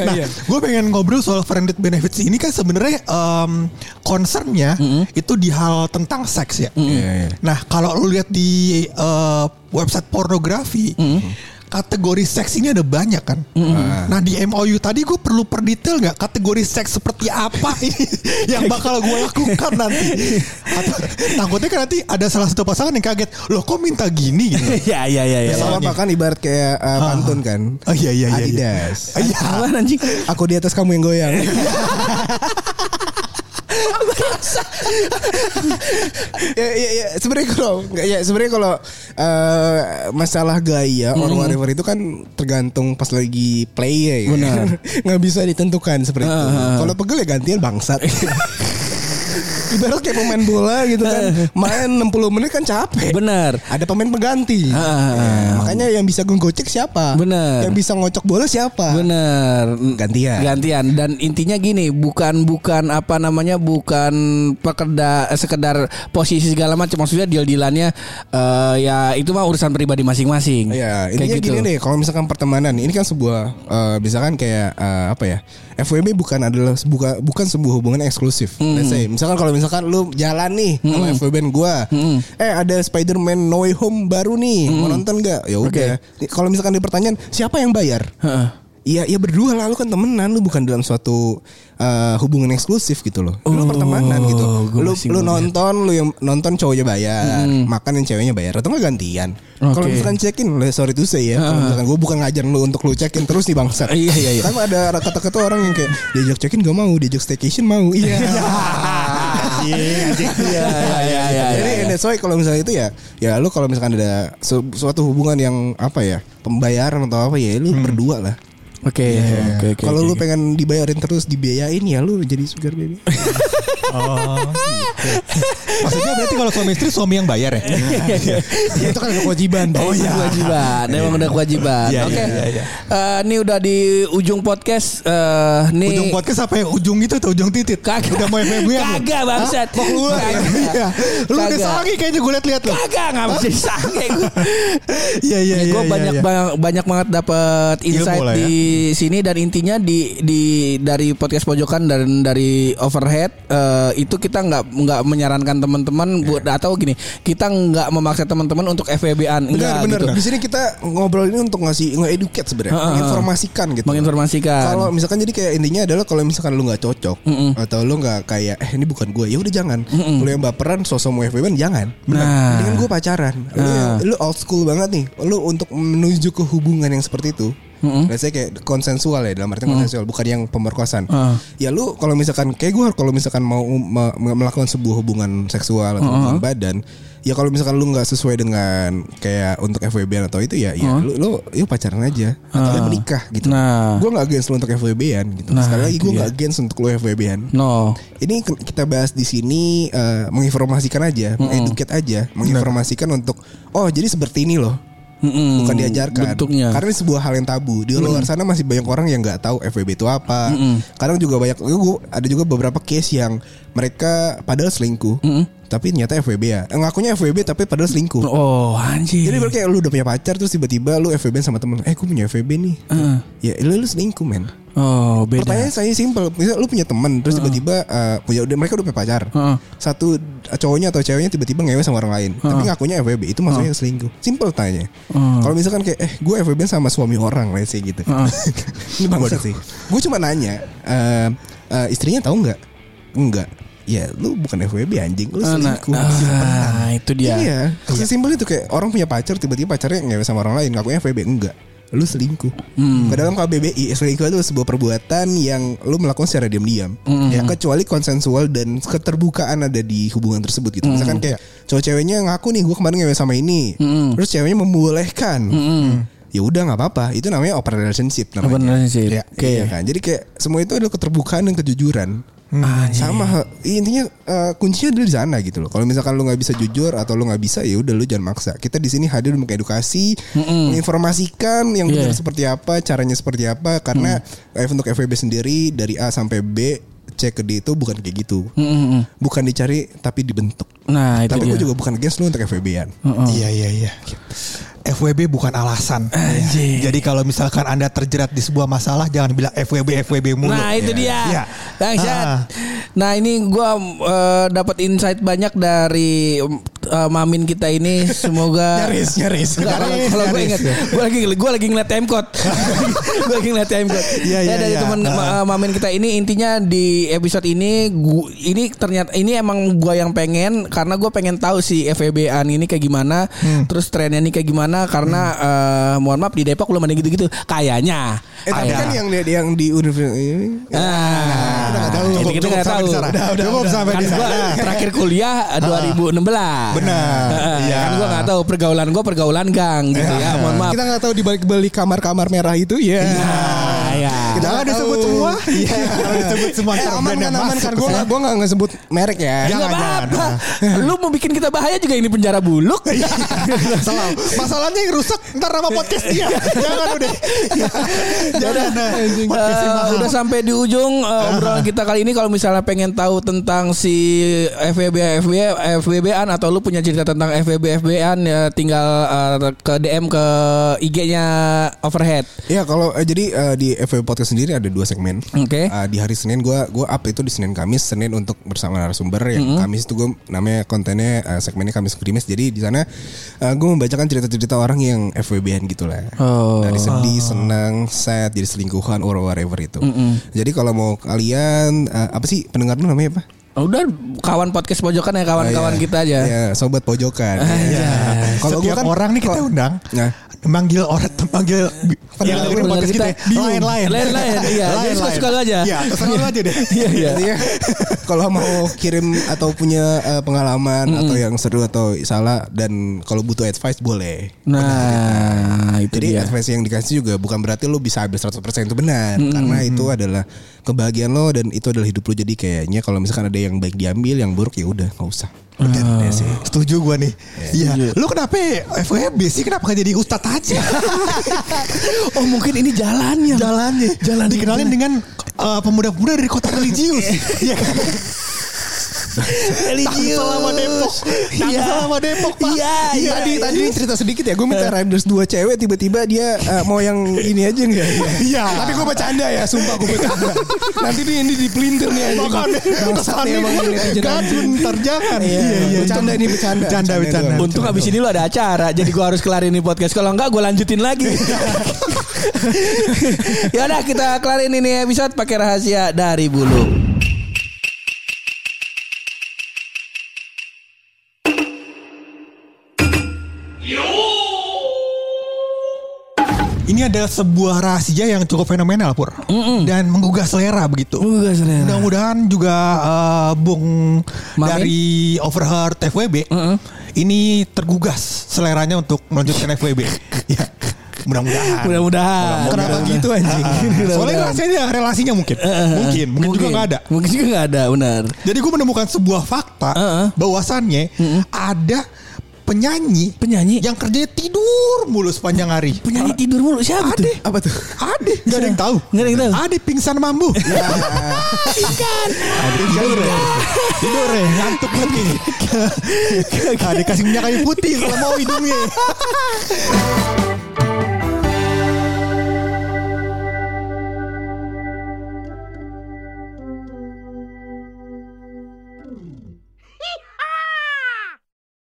[SPEAKER 2] Nah, gue pengen ngobrol soal friended benefits ini kan sebenarnya em concernnya itu di hal tentang seks ya.
[SPEAKER 4] Iya, iya.
[SPEAKER 2] Nah, kalau lu lihat di eh, website pornografi, kategori seks ini ada banyak kan. Nah, di MOU tadi gue perlu perdetail nggak kategori seks seperti apa ini yang bakal gue lakukan nanti. Atau, takutnya kan nanti ada salah satu pasangan yang kaget, loh kok minta gini gitu.
[SPEAKER 3] Iya iya iya. iya.
[SPEAKER 4] Sama bahkan ibarat kayak uh, pantun kan.
[SPEAKER 2] Oh iya iya iya. iya.
[SPEAKER 4] Adidas.
[SPEAKER 2] Iya.
[SPEAKER 3] Apaan, anjing?
[SPEAKER 4] Aku di atas kamu yang goyang. ya, ya, ya. sebenarnya kalau nggak ya sebenarnya kalau eh, masalah gaya or
[SPEAKER 3] Mm-hmm.
[SPEAKER 4] whatever itu kan tergantung pas lagi play ya, ya.
[SPEAKER 3] Benar. Ah,
[SPEAKER 4] nggak bisa ditentukan seperti itu kalau pegel ya gantian bangsat ibarat kayak pemain bola gitu
[SPEAKER 3] Ah,
[SPEAKER 4] kan main 60 menit kan capek
[SPEAKER 3] Bener.
[SPEAKER 4] ada pemain pengganti Ya, makanya yang bisa gocek
[SPEAKER 3] Ah,
[SPEAKER 4] siapa
[SPEAKER 3] Benar.
[SPEAKER 4] yang bisa ngocok bola siapa
[SPEAKER 3] Bener.
[SPEAKER 4] Gantian.
[SPEAKER 3] Gantian. Dan intinya gini, bukan bukan apa namanya, bukan pekerda eh, sekedar posisi segala macam. Maksudnya deal-dealannya eh, ya itu mah urusan pribadi masing-masing.
[SPEAKER 2] Iya,
[SPEAKER 4] Ya,
[SPEAKER 3] Kayak
[SPEAKER 4] intinya
[SPEAKER 3] gitu.
[SPEAKER 4] gini deh, kalau misalkan pertemanan, ini kan sebuah eh,
[SPEAKER 3] Hmm.
[SPEAKER 4] misalkan kayak eh, apa ya? FWB bukan adalah sebuka- bukan sebuah hubungan eksklusif. Let's say, misalkan kalau misalkan lu jalan nih sama FB band gua.
[SPEAKER 3] Hmm.
[SPEAKER 4] Eh ada Spider-Man No Way Home baru nih. Mau nonton gak? Ya udah. Kalau misalkan dipertanyaan siapa yang bayar?
[SPEAKER 3] Heeh.
[SPEAKER 4] Iya, ya berdua lah lu kan temenan, lu bukan dalam suatu eh, hubungan eksklusif gitu loh. Lu pertemanan gitu.
[SPEAKER 3] Oh, gua
[SPEAKER 4] Lu
[SPEAKER 3] masih belum
[SPEAKER 4] lu nonton, lu yang nonton cowoknya bayar, makan yang ceweknya bayar atau enggak gantian.
[SPEAKER 3] Oke. Ah.
[SPEAKER 4] Kalau misalkan check-in, lah, sorry tuh saya ya. Kalau misalkan gua bukan ngajarin lu untuk lu check-in terus nih bangsat.
[SPEAKER 3] Iya, iya, iya.
[SPEAKER 4] Kan ada kata-kata orang yang kayak diajak check-in gak mau, diajak staycation mau. Iya.
[SPEAKER 3] Iya, iya, iya, iya,
[SPEAKER 4] Jadi
[SPEAKER 3] iya.
[SPEAKER 4] and that's why kalau misalnya itu ya ya lu kalau misalkan ada su- suatu hubungan yang apa ya, pembayaran atau apa ya lu
[SPEAKER 3] Hmm.
[SPEAKER 4] berdua lah.
[SPEAKER 3] Oke,
[SPEAKER 2] Iya.
[SPEAKER 3] oke, oke.
[SPEAKER 4] Kalau lu pengen dibayarin terus dibiayain ya lu jadi sugar baby.
[SPEAKER 2] Maksudnya berarti kalau suami istri suami yang bayar ya?
[SPEAKER 4] Ya,
[SPEAKER 5] itu kan ada kewajiban.
[SPEAKER 3] Oh,
[SPEAKER 5] Bang.
[SPEAKER 3] iya. kewajiban, emang udah kewajiban.
[SPEAKER 2] Iya, iya,
[SPEAKER 3] Oke,
[SPEAKER 2] iya, iya.
[SPEAKER 3] Eh, ini udah di ujung podcast. eh, nih
[SPEAKER 2] Ujung podcast apa ya? Ujung itu tuh ujung titit.
[SPEAKER 3] Kagak.
[SPEAKER 2] Udah mau FB ya?
[SPEAKER 3] Kagak, bangsat.
[SPEAKER 2] Mau keluar. ya?
[SPEAKER 3] Kagak.
[SPEAKER 2] Iya. Lu udah
[SPEAKER 3] Kagak.
[SPEAKER 2] sangi kayaknya gue liat-liat lo.
[SPEAKER 3] kagak nggak bisa disange gue.
[SPEAKER 2] Iya iya iya.
[SPEAKER 3] gue
[SPEAKER 2] iya,
[SPEAKER 3] banyak
[SPEAKER 2] iya.
[SPEAKER 3] bang- banyak banget dapat insight
[SPEAKER 2] lah ya.
[SPEAKER 3] di sini dan intinya di di dari podcast pojokan dan dari overhead eh, itu kita nggak nggak menyarankan
[SPEAKER 4] Iya.
[SPEAKER 3] teman-teman buat atau gini kita nggak memaksa teman-teman untuk FVB-an enggak
[SPEAKER 4] Benar benar.
[SPEAKER 3] gitu.
[SPEAKER 4] Di sini kita ngobrol ini untuk ngasih nge-educate sebenarnya,
[SPEAKER 3] Heeh.
[SPEAKER 4] menginformasikan gitu.
[SPEAKER 3] Menginformasikan.
[SPEAKER 4] Kalau misalkan jadi kayak intinya adalah kalau misalkan lu nggak cocok atau lu nggak kayak eh ini bukan gue, ya udah jangan. Lu yang baperan sosok mau FBN jangan.
[SPEAKER 3] Nah.
[SPEAKER 4] Benar. Dengan gue pacaran. Lu, yang- lu old school banget nih. Lu untuk menuju ke hubungan yang seperti itu. Biasanya kayak konsensual ya dalam artian konsensual bukan yang pemerkosaan.
[SPEAKER 3] Heeh.
[SPEAKER 4] Ya lu kalau misalkan kayak gue kalau misalkan mau me- me- melakukan sebuah hubungan seksual atau hubungan badan, ya kalau misalkan lu nggak sesuai dengan kayak untuk FWB atau itu ya, ya lu lu yuk pacaran aja atau lu menikah gitu.
[SPEAKER 3] Nah.
[SPEAKER 4] Gue nggak against lu untuk FWB-an gitu.
[SPEAKER 3] Nah,
[SPEAKER 4] Sekali lagi
[SPEAKER 3] itu
[SPEAKER 4] gue
[SPEAKER 3] dia.
[SPEAKER 4] nggak against untuk lu FWB-an.
[SPEAKER 3] No.
[SPEAKER 4] Ini ke- kita bahas di sini eh, menginformasikan aja, mengeduket aja, menginformasikan untuk oh jadi seperti ini loh.
[SPEAKER 3] Mm-mm.
[SPEAKER 4] Bukan diajarkan
[SPEAKER 3] Mm, Bentuknya.
[SPEAKER 4] Karena ini sebuah hal yang tabu Di luar sana masih banyak orang yang nggak tahu FWB itu apa Kadang juga banyak gua- Ada juga beberapa case yang Mereka padahal selingkuh Tapi ternyata FWB ya Eh, Ngakunya FWB tapi padahal selingkuh
[SPEAKER 3] Oh anjir.
[SPEAKER 4] Jadi berarti kayak lu udah punya pacar Terus tiba-tiba lu FWB sama temen Eh gue punya FWB nih
[SPEAKER 3] Heeh.
[SPEAKER 4] Ya lu, lu selingkuh men
[SPEAKER 3] Oh beda.
[SPEAKER 4] Pertanyaan saya simpel, misal lu punya teman terus tiba-tiba eh, punya udah mereka udah punya pacar.
[SPEAKER 3] Heeh.
[SPEAKER 4] Satu eh, cowoknya atau ceweknya tiba-tiba ngewe sama orang lain, tapi ngakunya FWB, itu maksudnya selingkuh. Simpel tanya. Kalau misalkan kayak eh gue FWB sama suami orang let's say gitu. Ini bangsa sih. Gue cuma nanya, eh, eh, istrinya tahu nggak? Enggak. Ya lu bukan FWB anjing, lu
[SPEAKER 3] Ah, nah,
[SPEAKER 4] selingkuh.
[SPEAKER 3] ah, itu dia.
[SPEAKER 4] Iya, sesimpel itu kayak orang punya pacar tiba-tiba pacarnya ngewe sama orang lain, ngakunya FWB enggak. Lu selingkuh.
[SPEAKER 3] Hmm.
[SPEAKER 4] Ke dalam KBBI selingkuh itu sebuah perbuatan yang lu melakukan secara diam-diam.
[SPEAKER 3] Hmm.
[SPEAKER 4] Ya, kecuali konsensual dan keterbukaan ada di hubungan tersebut
[SPEAKER 3] Hmm.
[SPEAKER 4] gitu. Misalkan kayak cowok ceweknya ngaku nih gua kemarin ngewe sama ini.
[SPEAKER 3] Hmm.
[SPEAKER 4] Terus ceweknya membolehkan. Ya udah nggak apa-apa. Itu namanya open relationship namanya.
[SPEAKER 3] Open relationship.
[SPEAKER 4] Iya,
[SPEAKER 3] Oke.
[SPEAKER 4] iya kan? Jadi kayak semua itu adalah keterbukaan dan kejujuran sama
[SPEAKER 3] Iya.
[SPEAKER 4] hal- intinya eh, kuncinya adalah di sana gitu loh. Kalau misalkan lu nggak bisa jujur atau lu nggak bisa ya udah lu jangan maksa. Kita di sini hadir untuk edukasi, menginformasikan yang
[SPEAKER 3] Iya.
[SPEAKER 4] benar
[SPEAKER 3] Mm.
[SPEAKER 4] seperti apa, caranya seperti apa karena eh, untuk FWB sendiri dari A sampai B C ke D itu bukan kayak gitu. Bukan dicari tapi dibentuk.
[SPEAKER 3] Nah itu dia.
[SPEAKER 4] tapi
[SPEAKER 3] Mm.
[SPEAKER 4] gue juga bukan against lu untuk FWB-an.
[SPEAKER 3] Oh.
[SPEAKER 2] Iya iya iya. FWB bukan alasan.
[SPEAKER 3] Anjing.
[SPEAKER 2] Jadi kalau misalkan Anda terjerat di sebuah masalah jangan bilang FWB FWB mulu.
[SPEAKER 3] Nah itu dia.
[SPEAKER 2] Iya.
[SPEAKER 3] Dahsyat.
[SPEAKER 2] Ah.
[SPEAKER 3] Nah ini gue dapat insight banyak dari em, eh, mamin kita ini. Semoga
[SPEAKER 2] Nyaris, nyaris.
[SPEAKER 3] Enggak, kalau-
[SPEAKER 2] Nyaris,
[SPEAKER 3] kalau gue
[SPEAKER 2] nyaris.
[SPEAKER 3] ingat, gue lagi gue lagi ngeliat timecode, gue lagi ngeliat timecode.
[SPEAKER 2] Iya,
[SPEAKER 3] Ya,
[SPEAKER 2] iya,
[SPEAKER 3] dari
[SPEAKER 2] iya.
[SPEAKER 3] teman
[SPEAKER 2] Ah.
[SPEAKER 3] ma- eh, mamin kita ini intinya di episode ini, gu- ini ternyata ini emang gue yang pengen karena gue pengen tahu si FEB-an ini kayak gimana,
[SPEAKER 2] Hmm.
[SPEAKER 3] terus trennya ini kayak gimana karena eh, mohon maaf di Depok belum ada yang gitu-gitu, kayaknya.
[SPEAKER 4] Eh
[SPEAKER 3] Kayaknya.
[SPEAKER 4] tapi
[SPEAKER 2] ya
[SPEAKER 4] kan yang di- yang di universitas ini
[SPEAKER 3] Ah,
[SPEAKER 2] Kita nggak tahu.
[SPEAKER 3] Kita, kita nggak
[SPEAKER 2] sampai
[SPEAKER 3] tahu.
[SPEAKER 2] di sana. Cukup sampai
[SPEAKER 3] Kan
[SPEAKER 2] di
[SPEAKER 3] gua
[SPEAKER 2] sana. Ah,
[SPEAKER 3] terakhir kuliah eh, 2016.
[SPEAKER 2] Benar.
[SPEAKER 3] Heeh,
[SPEAKER 2] Iya.
[SPEAKER 3] Kan gua nggak tahu pergaulan gua pergaulan gang gitu ya. Mohon maaf.
[SPEAKER 4] kita nggak tahu di balik-balik kamar-kamar merah itu ya.
[SPEAKER 3] Nah, ya.
[SPEAKER 2] Kita nggak
[SPEAKER 4] Jangan
[SPEAKER 2] tahu.
[SPEAKER 4] disebut semua.
[SPEAKER 2] Iya.
[SPEAKER 3] Kan
[SPEAKER 2] Jangan disebut semua.
[SPEAKER 4] Eh,
[SPEAKER 2] Ntar
[SPEAKER 4] aman
[SPEAKER 2] brand
[SPEAKER 4] kan
[SPEAKER 2] yang
[SPEAKER 4] aman
[SPEAKER 2] masuk
[SPEAKER 4] kan
[SPEAKER 2] ke
[SPEAKER 4] gue
[SPEAKER 2] sana.
[SPEAKER 4] nggak gue nggak ngesebut merek ya.
[SPEAKER 2] Jangan,
[SPEAKER 3] Nggak
[SPEAKER 2] jangan.
[SPEAKER 3] apa-apa. Lu mau bikin kita bahaya juga ini penjara buluk.
[SPEAKER 2] Salah. Masalahnya yang rusak ntar nama podcast dia. Jangan udah. Jangan. Iya,
[SPEAKER 3] Eh, udah sampai di ujung
[SPEAKER 2] Ah.
[SPEAKER 3] eh, obrolan kita kali ini kalau misalnya pengen tahu tentang si FWB FWB FWB-an atau lu punya cerita tentang FWB FWB-an ya tinggal eh, ke DM ke IG-nya Overhead.
[SPEAKER 4] Ya kalau eh, Iya, jadi eh, di FW Podcast sendiri ada dua segmen.
[SPEAKER 3] Oke.
[SPEAKER 4] Eh, di hari Senin gua gua up itu di Senin Kamis, Senin untuk bersama narasumber yang
[SPEAKER 3] Mm-hmm.
[SPEAKER 4] Kamis itu gua namanya kontennya eh, segmennya Kamis Krimis. Jadi di sana eh, gua membacakan cerita-cerita orang yang FWB-an gitu lah.
[SPEAKER 3] Oh.
[SPEAKER 4] Dari sedih, senang, sad, jadi selingkuhan or whatever itu. Jadi kalau mau kalian eh, apa sih pendengar lu namanya apa?
[SPEAKER 3] Oh, Udah kawan podcast pojokan ya kawan-kawan
[SPEAKER 4] Oh, iya.
[SPEAKER 3] kita aja.
[SPEAKER 4] Iya, sobat pojokan. Iya.
[SPEAKER 2] Kalau gua kan orang nih kita undang.
[SPEAKER 4] Nah.
[SPEAKER 2] Manggil orang manggil
[SPEAKER 3] Yang
[SPEAKER 2] pendengar
[SPEAKER 3] pendengar
[SPEAKER 2] podcast
[SPEAKER 3] kita
[SPEAKER 2] kita. ya.
[SPEAKER 3] bingung.
[SPEAKER 2] Lain-lain.
[SPEAKER 3] Lain-lain, iya. Jadi suka-suka lu aja.
[SPEAKER 2] Iya, terserah lu aja deh.
[SPEAKER 3] Iya, iya.
[SPEAKER 4] Artinya kalau mau kirim atau punya eh, pengalaman atau yang seru atau salah dan kalau butuh advice boleh.
[SPEAKER 3] Nah, itu
[SPEAKER 4] Jadi
[SPEAKER 3] dia.
[SPEAKER 4] advice yang dikasih juga bukan berarti lo bisa ambil 100% itu benar karena itu adalah kebahagiaan lo dan itu adalah hidup lo jadi kayaknya kalau misalkan ada yang baik diambil yang buruk ya udah nggak usah.
[SPEAKER 3] Ah.
[SPEAKER 4] Benar sih.
[SPEAKER 2] Setuju gua nih. Iya. Lu kenapa FWB sih? Kenapa gak jadi ustad aja?
[SPEAKER 3] Oh, mungkin ini jalannya.
[SPEAKER 2] Jalannya.
[SPEAKER 3] Jalan
[SPEAKER 2] Dikenalin dengan eh, pemuda-pemuda dari kota religius. Iya.
[SPEAKER 3] religius.
[SPEAKER 2] Selama Depok.
[SPEAKER 3] Iya.
[SPEAKER 2] Selama Depok, Pak.
[SPEAKER 3] Iya, iya. Ah.
[SPEAKER 4] Tadi tadi cerita sedikit ya gue minta Riders dua cewek tiba-tiba dia eh, mau yang ini aja enggak ya?
[SPEAKER 2] Iya.
[SPEAKER 4] Tapi gue bercanda ya, sumpah gue bercanda. Nanti nih ini dipelintir nih anjing. Bangsat nih emang ini netizen anjing.
[SPEAKER 2] Gadun, ntar jangan. Iya, iya.
[SPEAKER 4] Bercanda ini, bercanda.
[SPEAKER 2] Bercanda,
[SPEAKER 4] Bercanda
[SPEAKER 2] bercanda.
[SPEAKER 4] doang.
[SPEAKER 3] Untung abis ini lu ada acara Jadi gua harus kelarin ini podcast Kalau enggak gua lanjutin lagi Yaudah kita kelarin ini episode pakai rahasia dari bulu
[SPEAKER 2] Ini ada sebuah rahasia yang cukup fenomenal pur dan menggugah selera begitu.
[SPEAKER 3] Menggugah selera.
[SPEAKER 2] Mudah-mudahan juga eh, Bung
[SPEAKER 3] Mamin?
[SPEAKER 2] dari Overheard FWB ini tergugas seleranya untuk melanjutkan FWB. ya. Mudah-mudahan.
[SPEAKER 3] Mudah-mudahan Ah,
[SPEAKER 2] Kenapa gitu anjing? Soalnya
[SPEAKER 3] Mudah-mudahan. Eh,
[SPEAKER 2] rasanya relasinya mungkin. mungkin, mungkin juga nggak ada.
[SPEAKER 3] Mungkin juga nggak ada benar
[SPEAKER 2] Jadi gue menemukan sebuah fakta
[SPEAKER 3] Heeh.
[SPEAKER 2] bahwasannya ada penyanyi
[SPEAKER 3] Penyanyi?
[SPEAKER 2] yang kerjanya tidur mulu sepanjang hari.
[SPEAKER 3] Penyanyi tidur mulu siapa tuh?
[SPEAKER 2] Apa tuh? Ade, gak ada yang tahu.
[SPEAKER 3] Nggak ada yang tahu.
[SPEAKER 2] Ade pingsan mambu. tidur ya. Tidur ya, ngantuk lagi. Ade kasih minyak kayu putih kalau mau hidungnya.